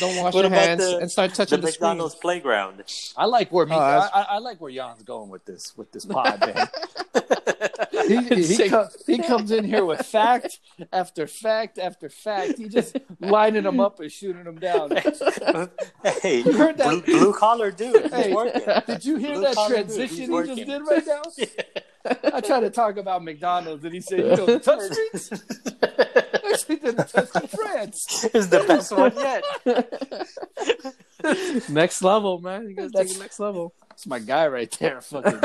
B: Don't wash
C: What
B: your
C: about
B: hands
C: the-
B: and start
C: The
B: touching the, screen.
C: McDonald's playground.
D: I like where me,
B: Oh,
D: I,
B: that's-
D: I, I like where Jan's going with this with this pod, man. he, he,
B: Sick.
D: co- he comes in here with fact after fact after fact. He just lining them up and shooting them down.
C: hey,
D: heard
C: blue,
D: that?
C: blue collar dude,
D: Hey.
C: he's working.
D: Did you hear
C: Blue
D: that
C: collar dude, he's
D: transition he
C: working.
D: just did right now? I tried to talk about McDonald's and he said, "You know, the touch screens." Actually, didn't touch the France.
C: It's the best one yet.
B: next level, man. You guys take it next level.
D: That's my guy right there, fucking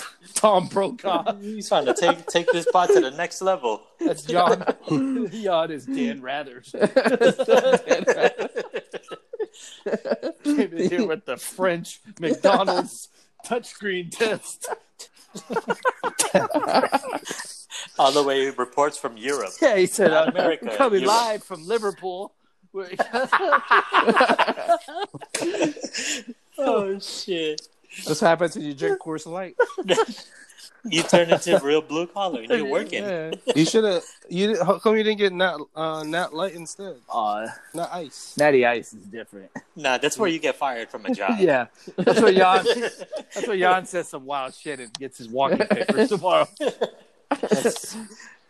D: Tom Brokaw.
C: He's trying to take take this pot to the next level.
D: That's John. Jan is Dan Rather. came in here with the French McDonald's touchscreen test.
C: All the way reports from Europe.
D: Yeah, he said,
C: Not
D: "I'm
C: America,
D: coming
C: Europe."
D: live from Liverpool."
C: Oh shit!
B: This happens when you drink Coors Light.
C: You turn into real blue collar. and You're working.
B: Yeah.
E: You should have. You how come you didn't get Nat uh, Nat Light instead?
D: Aw,
E: Not Ice.
D: Natty Ice is different.
C: Nah, that's where you get fired from a job.
D: Yeah, that's what Jan. That's what Jan says some wild shit and gets his walking papers tomorrow.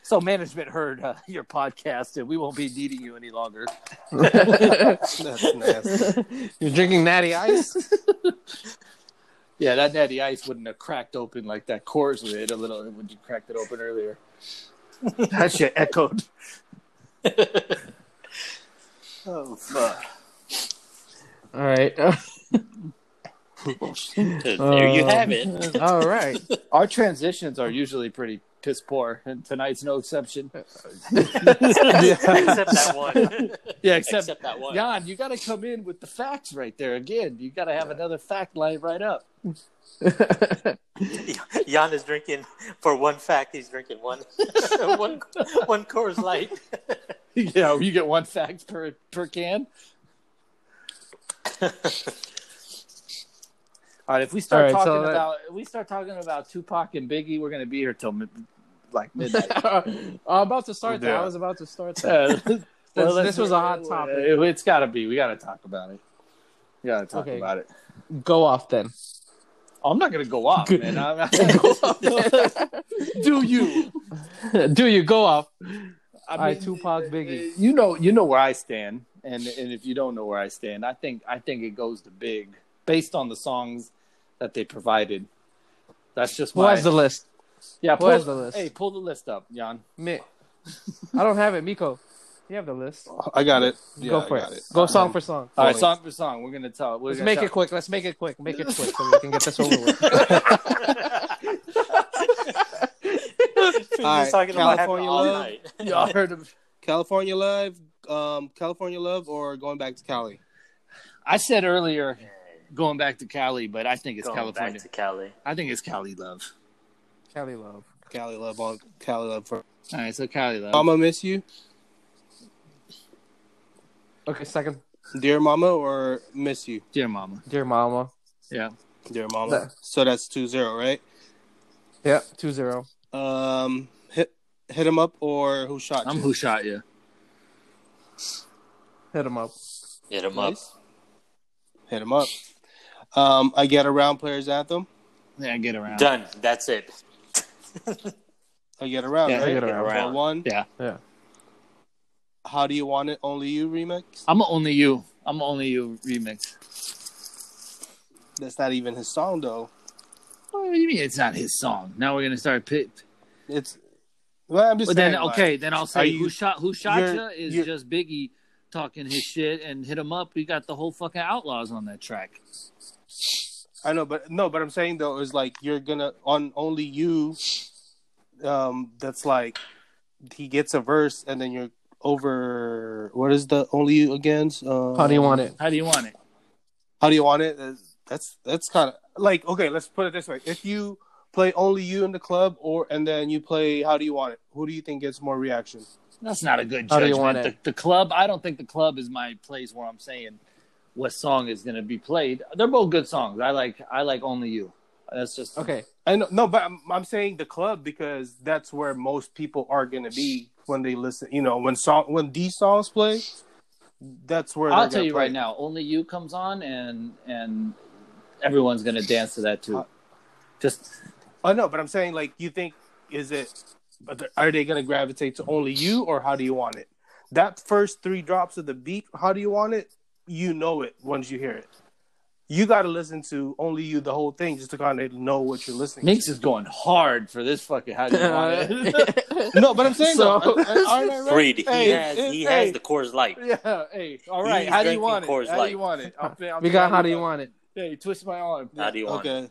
F: so management heard uh, your podcast, and we won't be needing you any longer.
E: That's nasty. You're drinking natty ice?
F: Yeah, that natty ice wouldn't have cracked open like that Coors lid a little when you cracked it open earlier. that shit echoed. oh fuck!
B: All right.
C: there
E: Oh.
C: you have it.
B: All right.
F: Our transitions are usually pretty piss poor, and tonight's no exception.
C: except that one.
F: Yeah, except,
C: except that one.
F: Jan, you got to come in with the facts right there again. You got to have another fact line right up.
C: Jan is drinking for one fact. He's drinking one, one, one Coors Light.
F: yeah, you get one fact per per can. All right, if we start
B: All right, so
F: talking
B: that-
F: about if we start talking about Tupac and Biggie, we're gonna be here till mid, like midnight.
B: I'm about to start that.
E: Yeah.
B: I was about to start that.
F: Uh, well, uh,
B: this was a hot topic.
F: It, has got to be. We got to talk about it. We got to talk
B: Okay.
F: about it.
B: Go off then.
F: I'm not gonna go off, man. I'm, do you?
B: Do you go off?
F: I uh,
B: All right, Tupac, Biggie.
F: You know, you know where I stand, and and if you don't know where I stand, I think I think it goes to Big based on the songs that they provided. That's just
B: Who
F: why.
B: has the list?
F: yeah,
B: who has the list?
F: Hey, pull the list up, Jan.
B: Me. I don't have it, Miko. You have the list.
E: I got it. Yeah,
B: go
E: I
B: for it.
E: got it.
B: Go song for song.
F: All right, song for song, we're gonna tell. We're
B: Let's
F: gonna
B: make
F: tell-
B: it quick. Let's make it quick. Make it quick so we can get this over with.
E: right,
C: talking about
E: California
C: happening all
E: love.
C: night.
F: Y'all heard of
E: California Love, um, California Love, or going back to Cali?
F: I said earlier, going back to Cali, but I think it's
C: Going
F: California.
C: back to Cali.
F: I think it's Cali Love.
B: Kelly Love.
E: Cali Love on Cali Love for
F: All right, so Cali Love.
C: Um,
E: Mama Miss You,
B: Okay, second.
E: Dear Mama, or Miss You,
F: Dear Mama.
B: Dear Mama.
F: Yeah.
E: Dear Mama.
B: That-
E: So that's two zero, right?
B: Yep, 2 0.
E: Um, hit hit him up or who shot
F: I'm
E: you?
F: Who Shot You.
B: Hit him up.
C: Hit him up.
E: Nice. Hit him up. Um, I get around players anthem.
F: Yeah, get around.
C: Done. That's it.
E: I get around.
F: Yeah,
E: right?
B: I Get Around.
E: Or One.
F: Yeah.
B: Yeah.
E: How do you want it? Only you remix.
F: I'm a Only You. I'm a Only You remix.
E: That's not even his song though.
F: What do you mean it's not his song? Now we're gonna start pit.
E: It's. Well, I'm just.
F: But then
E: saying, like,
F: okay, then I'll
E: Are
F: say
E: you-
F: Who Shot Who Shot
E: you're-
F: Ya is
E: you're-
F: just Biggie talking his shit and hit him up. We got the whole fucking Outlaws on that track.
E: I know, but no, but I'm saying though is like you're gonna on only you. Um, that's like he gets a verse and then you're over. What is the only you again? Um,
B: How do you want it?
F: How do you want it?
E: How do you want it? Uh, That's that's kind of like okay. Let's put it this way: if you play only you in the club, or and then you play how do you want it? Who do you think gets more reaction?
F: That's not a good
B: How do
F: judgment.
B: you want it?
F: The, the club, I don't think the club is my place where I'm saying what song is going to be played. They're both good songs. I like I like Only You. That's just
B: Okay.
E: I know, no, but I'm, I'm saying the club because that's where most people are gonna be when they listen. You know, when song when these songs play, that's where
F: I'll
E: they're
F: tell
E: gonna
F: you
E: play.
F: right now, Only You comes on and and everyone's going to dance to that
E: Uh,
F: too. Just
E: Oh no, but I'm saying like you think is it but the- are they gonna gravitate to only you or how do you want it? That first three drops of the beat, how do you want it? You know it once you hear it. You gotta listen to only you the whole thing just to kind of know what you're listening
F: Minx is going hard for this fucking how do you want it?
E: to. No, but I'm saying
B: So-
E: though, aren't I right?
C: Reed, he
E: Hey,
C: has he
E: hey.
C: has the Coors Light.
E: Yeah, hey, all
C: He's
E: right. how do you
C: drinking
E: want it?
C: Coors
E: how do
C: Light.
E: you want it? I'm, I'm
B: We got How Do You Want It?
E: Hey, twist my arm.
C: How do you want it?
E: okay.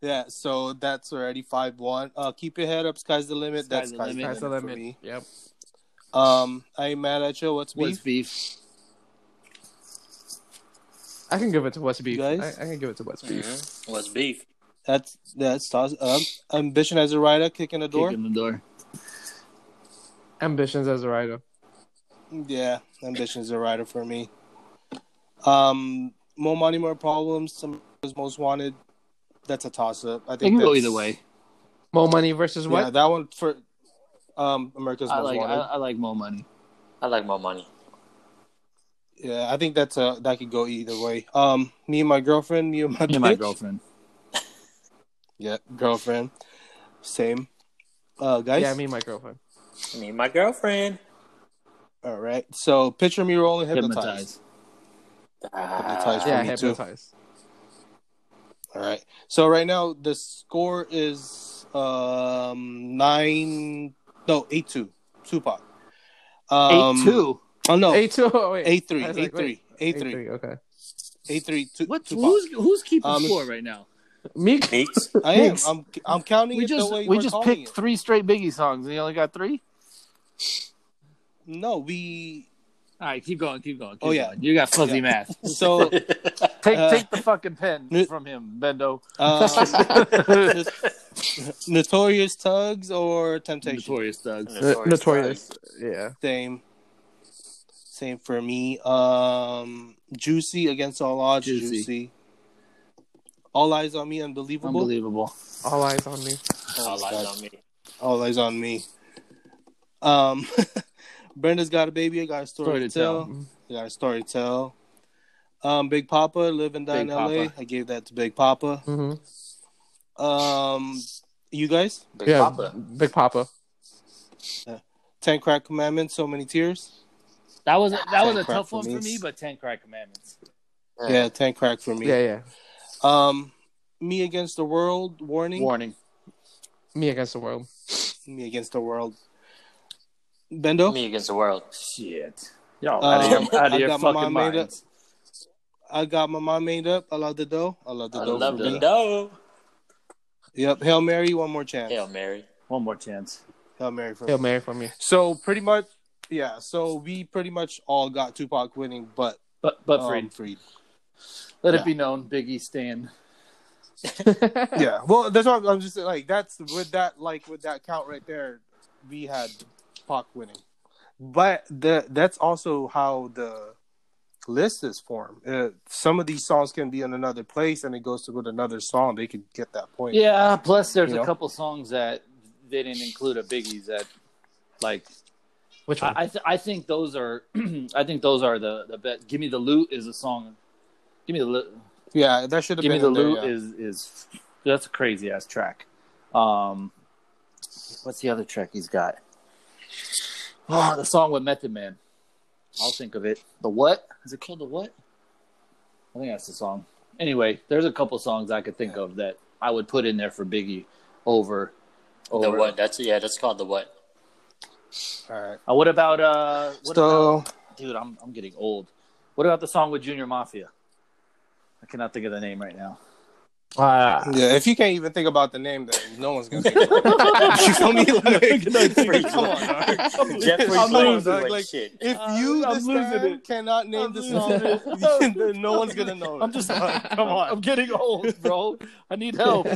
E: Yeah, so that's already five one. Uh, keep your head up, sky's the limit. that's
F: the
E: sky's
F: limit.
E: the
B: That's the
E: limit for
B: limit.
E: me.
B: Yep.
E: Um, I ain't mad at you. What's
F: What's
E: beef?
F: beef?
B: I can give it to West Beef.
E: guys?
B: I, I can give it to West Beef.
C: Mm-hmm. What's beef?
E: That's that's toss. Um, ambition as a writer, kicking the door.
F: Kick in the door.
B: Ambitions as a writer.
E: Yeah, ambition as a writer for me. Um, more money, more problems. Some is most wanted. That's a toss up. I
F: It
E: think
F: can go
E: that's-
F: either way.
B: Mo Money versus
E: Yeah,
B: what?
E: that one for um America's
F: I
E: most
F: like I,
E: wanted.
F: I like Mo Money.
C: I like my money.
E: Yeah, I think that's a that could go either way. Um, me and my girlfriend, me and my,
F: Me and my
E: bitch.
F: girlfriend.
E: Yeah, girlfriend. Same. uh, guys?
B: Yeah, me and my girlfriend.
C: Me and my girlfriend.
E: All right. So picture me rolling hypnotized.
F: Hypnotized.
E: Hypnotized
C: Ah.
E: for
B: yeah,
E: Ah, me too.
B: hypnotized.
E: All right. So right now the score is um nine no eight two Tupac. Um,
F: Eight two.
E: Oh no
B: A two. Oh, wait.
E: eight three
B: I was
E: eight
B: like,
E: three
B: wait.
E: eight three
B: 8-3, Okay.
E: eight three two.
F: What's
E: Tupac.
F: who's who's keeping
E: Um,
F: score right now?
B: Meek.
C: Meeks.
E: I am.
F: Mix.
E: I'm I'm counting
F: We
E: it
F: just
E: the way
F: we
E: we're
F: just
E: calling
F: picked
E: it.
F: three straight Biggie songs and you only got three.
E: No, we
F: All right, keep going, keep going. Keep
E: Oh, yeah.
F: going. you got fuzzy
E: Yeah.
F: math.
E: so
F: Take
E: Uh,
F: take the fucking pen
E: n-
F: from him, Bendo.
E: um, Notorious Tugs or Temptation.
F: Notorious Thugs.
B: Notorious. Yeah.
E: Same. Same for me. Um, Juicy against all odds.
F: Juicy.
E: Juicy. All eyes on me. Unbelievable.
F: Unbelievable.
B: All eyes on me.
C: All eyes on me.
E: All eyes on me. Um, Brenda's got a baby. I got a story, to, tell. I got a story to tell. Um, Big Papa, live and die
F: Big
E: in LA.
F: Papa.
E: I gave that to Big Papa.
B: hmm
E: Um, you guys,
C: Big
B: Yeah.
C: Papa.
B: Big Papa.
E: Ten Crack Commandments. So many tears.
F: That was that was
E: Ten
F: a
E: crack
F: tough one for
E: commandments.
F: me, but ten crack commandments.
E: Yeah, ten Crack for me.
B: Yeah, yeah.
E: Um, Me Against the World. Warning.
F: Warning.
B: Me against the world.
E: Me Against the World. Bendo,
C: Me against the world.
F: Shit. Y'all
E: Uh,
F: out of your, out
E: I
F: of your
E: got my
F: fucking
E: mind made
F: minds.
E: I got my mind made up. I love the dough. I love the
C: I
E: dough.
C: love
E: for
C: the
E: me.
C: dough.
E: Yep. Hail Mary, one more chance.
C: Hail
E: Hail,
C: Mary.
F: One more chance.
E: Mary for
B: Hail
E: me.
B: Mary for me.
E: So pretty much, yeah. So we pretty much all got Tupac winning, but
F: But but
E: um,
F: Freed.
E: Freed.
F: Let
E: yeah.
F: it be known, Biggie Stan.
E: Yeah. Well, that's what I'm, I'm just like. That's with that like with that count right there, we had Pac winning. But the that's also how the list is formed. Uh, some of these songs can be in another place, and it goes to with another song. They could get that point.
F: Yeah, plus there's
E: You
F: a
E: know?
F: couple songs that they didn't include a Biggie's that like
B: Which one?
F: I I, th- I think those are I think those are the the best. Give me the loot is a song. Give me the loot.
E: Yeah, that should have
F: Give me
E: been
F: the
E: in there,
F: loot
E: yeah.
F: is is that's a crazy ass track. Um, what's the other track he's got? Oh, the song with Method Man. I'll think of it. The what is it called? The what? I think that's the song. Anyway, there's a couple songs I could think of that I would put in there for Biggie over.
C: The
F: over.
C: what? That's yeah. That's called the what?
E: All right.
F: Uh, what about uh? What about-
E: So
F: dude, I'm I'm getting old. What about the song with Junior Mafia? I cannot think of the name right now.
B: Ah.
E: yeah, if you can't even think about the name, then no one's gonna. Think about it. you feel me? Like, come on, dog.
C: Jeffrey
E: I'm
C: Cohen
E: losing,
C: doing
E: like-
C: shit.
E: If
F: Uh,
E: you
F: I'm
E: this
F: losing
E: time
F: it.
E: cannot name
F: I'm
E: the
F: losing
E: song,
F: it.
E: then no one's gonna know. it.
F: I'm just like, come on. I'm getting old, bro. I need help.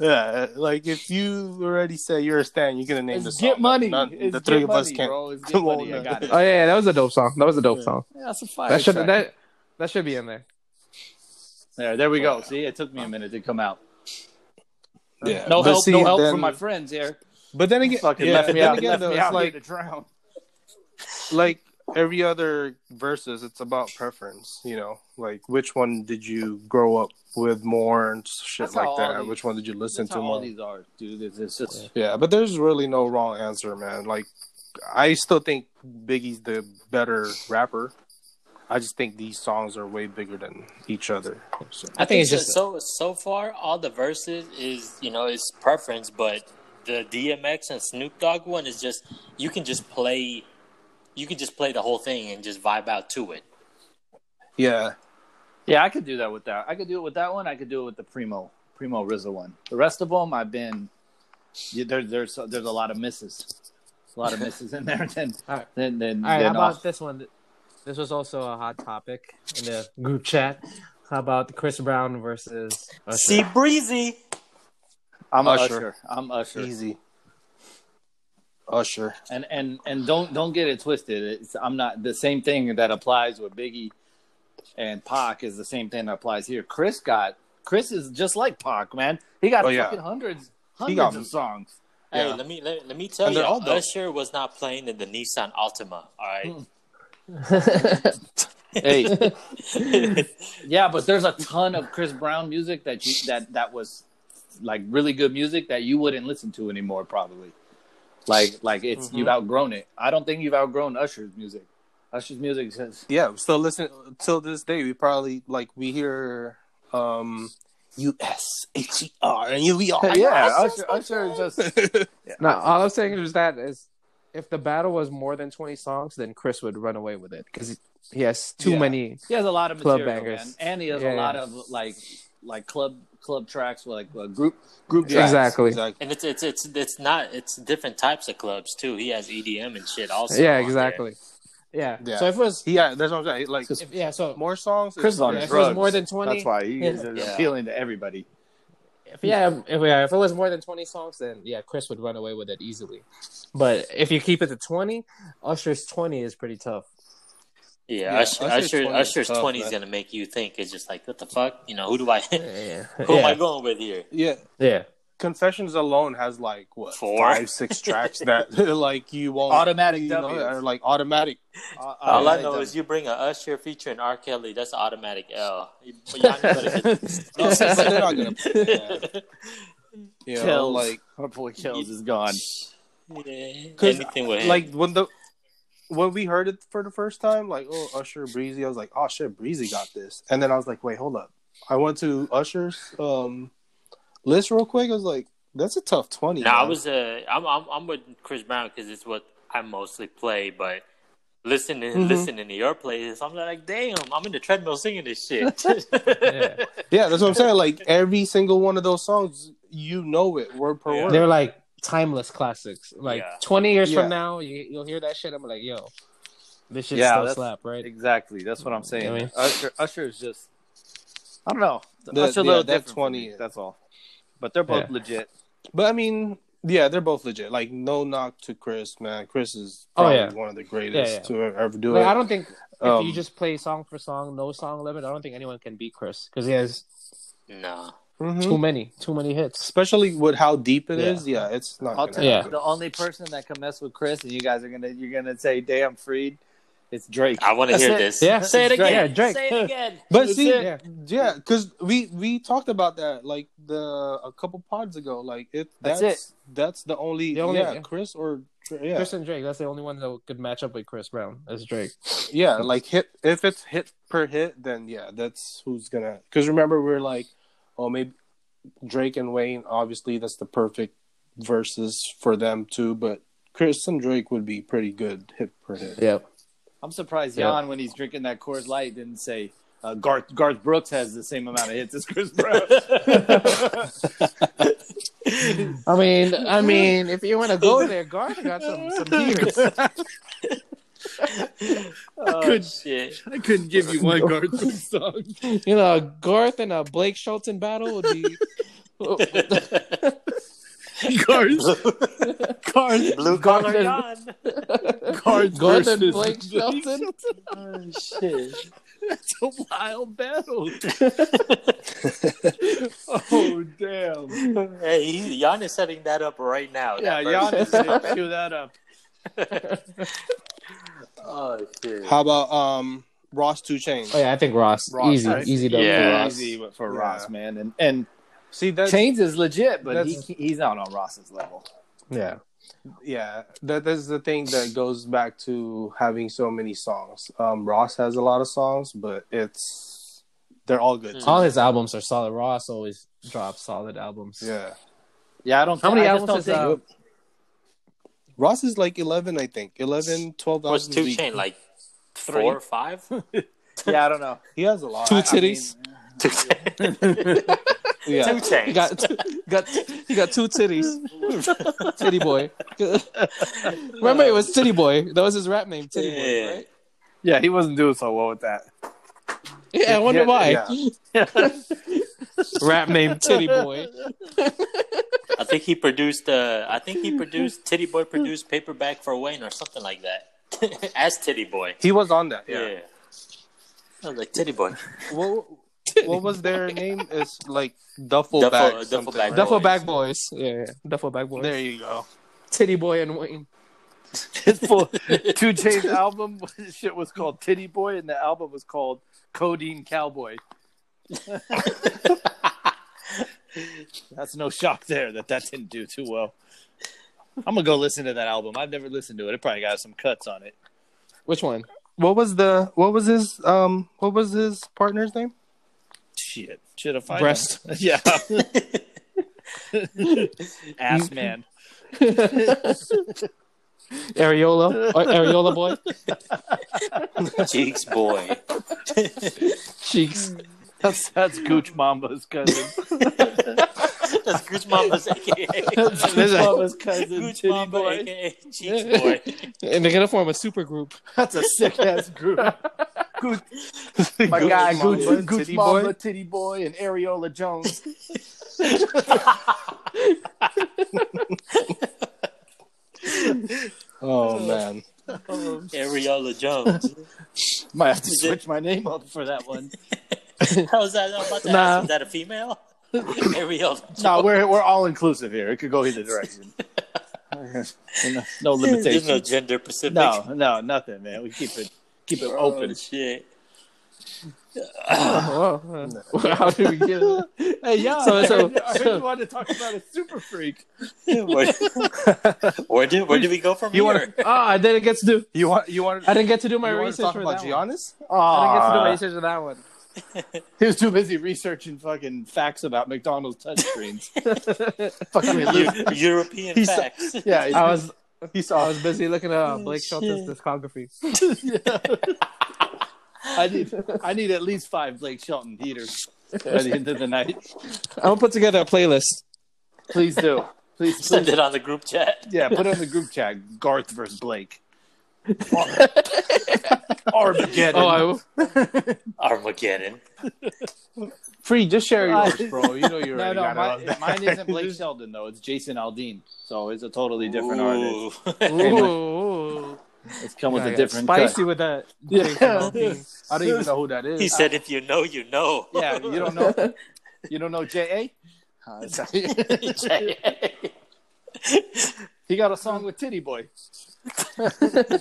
E: yeah, like if you already say you're a stan, you're gonna name the
F: It's
E: song.
F: get money.
E: None-
F: It's
E: the
F: get
E: three of us
F: money,
E: can't.
F: Bro. It's get
E: Come on
F: money. I
E: now.
F: got it.
B: oh yeah, that was a dope song. That was a dope song.
F: Yeah, that's a fire.
B: That should
F: track.
B: that that should be in there.
F: There, there we go. See, it took me a minute to come out.
E: Yeah,
F: No
E: but
F: help,
E: see,
F: no help
E: then-
F: from my friends here.
E: But then again,
F: Fucking
E: yeah,
F: left me
E: then
F: out.
E: again,
F: left
E: though,
F: me
E: it's
F: out
E: like
F: here to drown.
E: like every other verses, it's about preference. You know, like which one did you grow up with more and shit
F: That's how
E: like
F: all
E: that.
F: these-
E: which one did you listen
F: That's
E: to
F: how all
E: more?
F: these are, dude. It's, it's just
E: Yeah, but there's really no wrong answer, man. Like, I still think Biggie's the better rapper. I just think these songs are way bigger than each other. So.
B: I think it's
C: so-
B: just
C: so. So far, all the verses is you know it's preference, but the DMX and Snoop Dogg one is just you can just play, you can just play the whole thing and just vibe out to it.
E: Yeah,
F: Yeah, I could do that with that. I could do it with that one. I could do it with the Primo Primo Rizzo one. The rest of them, I've been yeah, there, there's there's a lot of misses, a lot of misses in there. Then
B: All right.
F: then then,
B: All right, how
F: then
B: about
F: off.
B: this one? This was also a hot topic in the group chat. How about Chris Brown versus Usher?
C: See breezy.
F: I'm Usher.
E: Usher.
F: I'm Usher.
E: easy. Usher.
F: And and and don't don't get it twisted. It's, I'm not the same thing that applies with Biggie and Pac is the same thing that applies here. Chris got Chris is just like Pac, man. He got
E: Oh, yeah.
F: fucking hundreds
E: He
F: hundreds
E: got-
F: of songs.
C: Hey,
E: Yeah.
C: let me let, let me tell
E: And
C: you,
E: they're all dope.
C: Usher was not playing in the Nissan Altima. All right,
F: Hey,
E: Hmm.
F: Yeah, but there's a ton of Chris Brown music that you, that that was like really good music that you wouldn't listen to anymore probably. Like like it's
E: Mm-hmm.
F: you've outgrown it. I don't think you've outgrown Usher's music. Usher's music says
E: Yeah, so listen till this day we probably like we hear um U S H E R and U V R.
F: yeah, Usher, Usher is just
B: No, all I'm saying is that is if the battle was more than 20 songs, then Chris would run away with it because he has too
F: Yeah.
B: many.
F: he has a lot of
B: Club
F: material,
B: bangers.
F: man. and he has
B: Yeah,
F: a lot
B: yeah.
F: of like like club club tracks, like uh, group group tracks.
B: Exactly.
E: Exactly.
C: And it's it's it's it's not it's different types of clubs too. He has EDM and shit also.
B: Yeah,
C: on there.
B: exactly. Yeah.
E: Yeah.
B: So if it was,
E: Yeah, that's what I'm saying. Like
B: if- yeah, so
E: more songs.
F: Chris is on
B: yeah,
F: his
B: if it was
F: drugs.
B: more than 20,
F: That's why he
B: Yeah.
F: is appealing to everybody.
B: if, yeah, if, yeah, if it was more than 20 songs, then yeah, Chris would run away with it easily. But if you keep it to 20, Usher's 20 is pretty tough.
C: Yeah,
E: Yeah,
C: Usher,
E: Usher's
C: Usher,
E: 20 is
C: Usher's
E: tough,
C: twenty is
E: man.
C: gonna make you think. It's just like what the fuck, you know? Who do I? who
B: Yeah.
C: am I
B: Yeah.
C: going with here?
E: Yeah,
B: yeah.
E: Confessions alone has like what
C: Four.
E: five, six tracks that like you won't
F: Automatic
E: you
F: Ws.
E: are like automatic. uh,
C: All I
F: Automatic
C: know
F: Ws.
C: is you bring a Usher featuring R. Kelly. That's an automatic L. You- y'all better get-
E: No, they're not gonna play that. You know,
F: Kills.
E: like
F: Our boy Kills is gone.
C: Yeah,
E: 'Cause,
C: anything with him.
E: like when the when we heard it for the first time, like oh Usher Breezy, I was like oh shit Breezy got this, and then I was like wait hold up, I went to Usher's um list real quick. I was like that's a tough twenty.
C: No, I
E: man.
C: was uh, I'm, I'm I'm with Chris Brown because it's what I mostly play. But listening
B: Mm-hmm.
E: Mhm.
C: listening to your playlist, I'm like, damn, I'm in the treadmill singing this shit.
B: Yeah.
E: yeah that's what I'm saying. Like every single one of those songs, you know it word per
C: Yeah.
E: word.
B: They're like timeless classics. Like
C: Yeah.
B: 20 years
E: Yeah.
B: from now, you, you'll hear that shit. I'm like, yo, this shit
F: Yeah,
B: still
F: that's-
B: slap, right?
F: Exactly. That's what I'm saying.
B: I mean-
F: Usher, Usher is just. I don't know.
E: The-
F: Usher a
E: yeah,
F: little
E: that
F: different.
E: 20
F: Twenty. That's all. But they're both
B: Yeah.
F: legit.
E: But I mean, yeah, they're both legit. Like no knock to Chris, man. Chris is
B: Oh,
E: probably
B: yeah.
E: one of the greatest
B: Yeah, yeah.
E: to ever- ever do
B: Like,
E: it.
B: I don't think if
E: Um,
B: you just play song for song, no song limit, I don't think anyone can beat Chris because he has
C: no,
E: Mhm.
B: too many, too many hits.
E: Especially with how deep it
B: Yeah.
E: is, yeah. it's not.
F: I'll
E: gonna
F: tell
B: Yeah.
F: you, the only person that can mess with Chris, and you guys are gonna, you're gonna say, "Damn, freed." It's Drake.
C: I want to
B: That's
C: hear
B: it.
C: this.
B: Yeah.
C: say it
B: Drake.
C: again.
B: Yeah, Drake.
C: Say it again.
E: But
B: That's
E: see,
B: it.
E: yeah, because we we talked about that like the a couple pods ago. Like it,
B: That's
E: that's that's, the only,
B: The only-
E: yeah,
B: yeah.
E: Chris or yeah,
B: Chris and Drake, that's the only one that could match up with Chris Brown as Drake.
E: yeah. Like hit if it's hit per hit, then yeah, that's who's gonna. Because remember we are like, oh maybe Drake and Wayne. Obviously, that's the perfect verses for them too. But Chris and Drake would be pretty good hit per hit.
B: Yeah.
F: I'm surprised
B: Yeah.
F: Jan, when he's drinking that Coors Light, didn't say uh, Garth Garth Brooks has the same amount of hits as Chris Brown.
B: I mean, I mean, if you want to go there, Garth got some some years.
C: Good shit.
F: I couldn't give you one Garth Brooks song.
B: You know, a Garth and a Blake Shelton battle would be. Oh,
F: Garth, Garth,
C: Blue
B: Garth
C: collar
B: and-
C: Jan.
F: Garth
B: Garth and
F: versus
B: Blake
F: Drake.
B: Shelton.
C: Oh, shit.
F: It's a wild battle. oh damn!
C: Hey, he, Jan is setting that up right now.
F: Yeah,
C: that
F: Jan is
C: verse.
F: gonna chew that up.
C: Oh shit.
E: How about um Ross Two Chains?
B: Oh yeah, I think Ross,
F: Ross,
B: easy,
F: right?
B: easy to
C: Yeah.
B: Ross.
F: Easy for
E: Yeah.
F: Ross, man, and and
E: See that's
F: Chains is legit, but he,
E: That's-
F: he's not on Ross's level.
B: Yeah,
E: yeah that that's the thing that goes back to having so many songs um ross has a lot of songs but it's they're all good
C: Mm.
E: too.
B: all his albums are solid. Ross always drops solid albums.
E: yeah
F: Yeah, I don't.
B: How many
F: I just
B: albums is
F: don't
B: uh,
F: think-
E: ross is like 11 i think 11 12
C: What's
E: albums
C: two
E: deep.
C: chain like?
F: Three.
C: Four or five?
F: Yeah, I don't know.
E: he has a lot
B: Two
E: I- I
B: titties.
E: mean,
C: Two chain.
E: yeah
C: Two chain.
B: He got got he got two titties. Titty boy. Remember, it was Titty Boy. That was his rap name, Titty
C: Yeah.
B: Boy. Right?
F: Yeah, he wasn't doing so well with that.
B: Yeah, I wonder
F: Yeah,
B: why.
E: yeah.
B: Rap name Titty Boy.
C: I think he produced. Uh, I think he produced Titty Boy produced paperback for Wayne or something like that. As Titty Boy.
E: he was on that
C: Yeah.
E: yeah,
C: I was like Titty Boy.
E: What, what was their name is like
C: Duffel-
E: duffel,
C: uh,
E: bag
C: Duffel
E: something,
C: Bag
E: right?
B: Duffel Bag Boys. Yeah, yeah. Duffel Bag Boys.
E: there you go
B: Titty Boy and Wayne.
F: His full Two Chain's album his shit was called Titty Boy, and the album was called Codeine Cowboy. That's no shock there that that didn't do too well. I'm gonna go listen to that album. I've never listened to it. It probably got some cuts on it.
B: Which one?
E: What was the what was his um what was his partner's name?
F: Shit, should have
B: Breast.
F: Yeah, ass man.
B: Areola? Or Areola boy?
C: Cheeks boy.
B: Cheeks.
F: That's that's Gooch Mamba's cousin.
C: That's Gooch Mama's AKA.
B: That's Gooch Mama's
F: cousin.
C: Gooch Mamba AKA Cheeks boy.
B: And they're gonna form a super group.
F: That's a sick ass group. Gooch, my
E: Gooch
F: guy,
E: Mamba,
F: Gooch, Gooch
E: Titty
F: Mamba,
E: Boy.
F: Titty Boy, and Areola Jones.
E: Oh man.
C: Ariola Jones.
F: Might have to
C: Is it-
F: switch my name up for that one.
C: How's that? I'm about to
F: Nah.
C: ask. Is that a female? Ariola Jones.
F: no, we're we're all inclusive here. It could go either direction. no, no
C: There's no
F: limitations.
C: gender specific.
F: No, no, nothing, man. We keep it keep it
C: Oh,
F: open.
C: shit.
B: Oh, How did we get it?
F: Hey, yeah.
B: So-
F: I
B: so-
F: heard- I heard
B: so-
F: you wanted to talk about a super freak.
C: Where, where did where did we go from
E: You
C: here?
E: wanna-
B: Ah, I didn't get to do.
E: You want you want
B: I didn't get to do my
E: you want to
B: research
E: talk
B: for
E: about
B: that one.
E: Giannis?
B: I didn't get to do my
F: Ah,
B: research for that one.
F: he was too busy researching fucking facts about McDonald's touchscreens. fucking
C: Eu-
F: religion.
C: European
F: He's-
C: facts.
F: Yeah, he-
B: I was
E: He
B: I
E: saw Oh,
B: was busy looking at Blake
C: shit.
B: Shelton's discography.
F: I need I need at least five Blake Shelton heaters by the end of the night.
B: I'm gonna put together a playlist.
F: Please do. Please,
C: Send
F: please.
C: it on the group chat.
F: Yeah, put it on the group chat. Garth versus Blake. Armageddon.
B: Oh, I will.
C: Armageddon.
E: free. Just share
F: Right.
E: yours, bro. You know you
F: no,
E: already
F: no,
E: got it.
F: mine, mine isn't Blake Sheldon though. It's Jason Aldean. So it's a totally different artist.
C: artist.
B: Ooh,
F: It's come with
B: I
F: a
B: got
F: different
B: spicy
F: cut.
B: with that.
F: Yeah.
E: I don't even know who that is.
C: he said, "If you know, you know."
F: yeah, you don't know. You don't know J A. he got a song with Titty Boy. oh,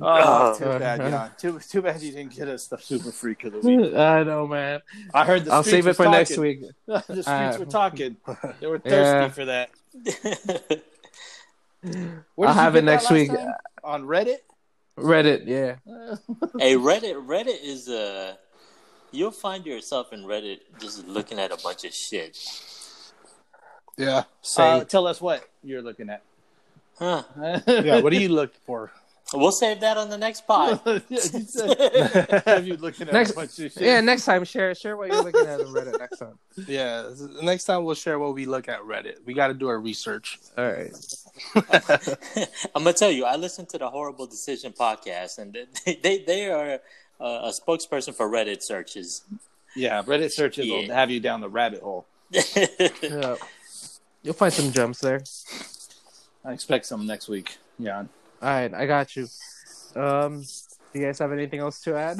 C: Um,
F: too bad, John. Too, too bad you didn't get us the super freak of the week.
B: I know, man.
F: I heard the
B: I'll
F: streets
B: save it
F: was
B: for next
F: talking.
B: week.
F: the streets
B: Uh,
F: were talking. They were thirsty
B: yeah.
F: for that.
B: I'll
F: did you
B: have
F: get
B: it next
F: that last
B: week.
F: time? on Reddit.
B: Reddit, yeah.
C: hey, Reddit. Reddit is Uh, you'll find yourself in Reddit just looking at a bunch of shit.
E: Yeah.
F: Uh,
E: Same.
F: tell us what you're looking at.
C: Huh.
E: yeah. What do you look for?
C: We'll save that on the next pod.
F: You said- have you looking at
B: Next-
F: a bunch of shit?
B: Yeah, next time share share what you're looking at on Reddit next time.
E: Yeah. Next time we'll share what we look at Reddit. We got to do our research.
B: All right.
C: I'm gonna tell you, I listened to the Horrible Decision podcast, and they they, they are uh, a spokesperson for Reddit searches.
F: Yeah, Reddit searches will
C: Yeah.
F: have you down the rabbit hole.
B: Yeah. You'll find some gems there.
F: I expect some next week. Yeah,
B: All right, I got you. Um, do you guys have anything else to add?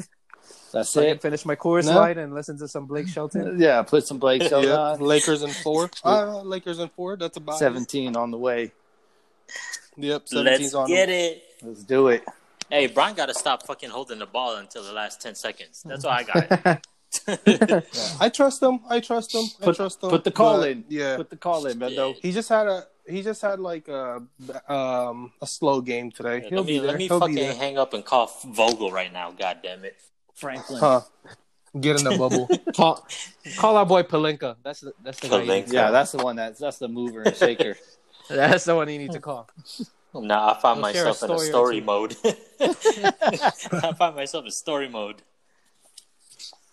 F: that's
B: So I can
F: it.
B: finish my chorus
E: No.
B: line and listen to some Blake Shelton.
F: Yeah, put some Blake Shelton
E: Yeah.
F: on.
E: Lakers and four. Uh, Lakers and four. That's about it.
F: Seventeen on the way.
E: Yep. 17's
C: Let's
E: on.
C: get it.
F: Let's do it.
C: Hey, Brian got to stop fucking holding the ball until the last ten seconds. That's why I got it.
E: I trust them. I trust them. I
F: Put-
E: trust them.
F: put the call
E: But,
F: in.
E: Yeah.
F: Put the call in, Bendo.
C: Yeah.
E: he just had a. He just had like a um a slow game today. He'll
C: let me
E: be there.
C: let me
E: He'll be
C: fucking
E: there.
C: hang up and call Vogel right now. God damn it.
F: Franklin.
E: Huh. Get in the bubble.
B: call, call our boy Palinka. That's the that's the guy you need to
F: Yeah,
B: call.
F: that's the one. That's that's the mover and shaker.
B: that's the one you need to call.
C: Now I find
B: We'll share a
C: myself in a
B: story
C: story mode. I find myself in story mode.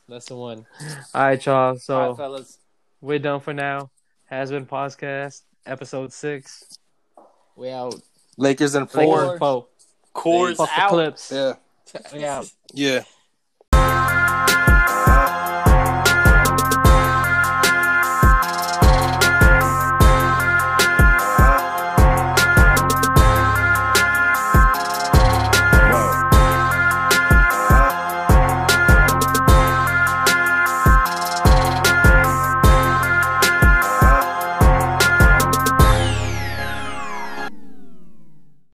B: That's the one. All right, y'all. So
F: All right, fellas.
B: we're done for now. Has been podcast episode six. We out.
E: Lakers and
B: Lakers
E: four.
B: and Foe.
C: Coors
B: Fuck the
C: out.
B: clips.
E: Yeah.
B: We out.
E: Yeah.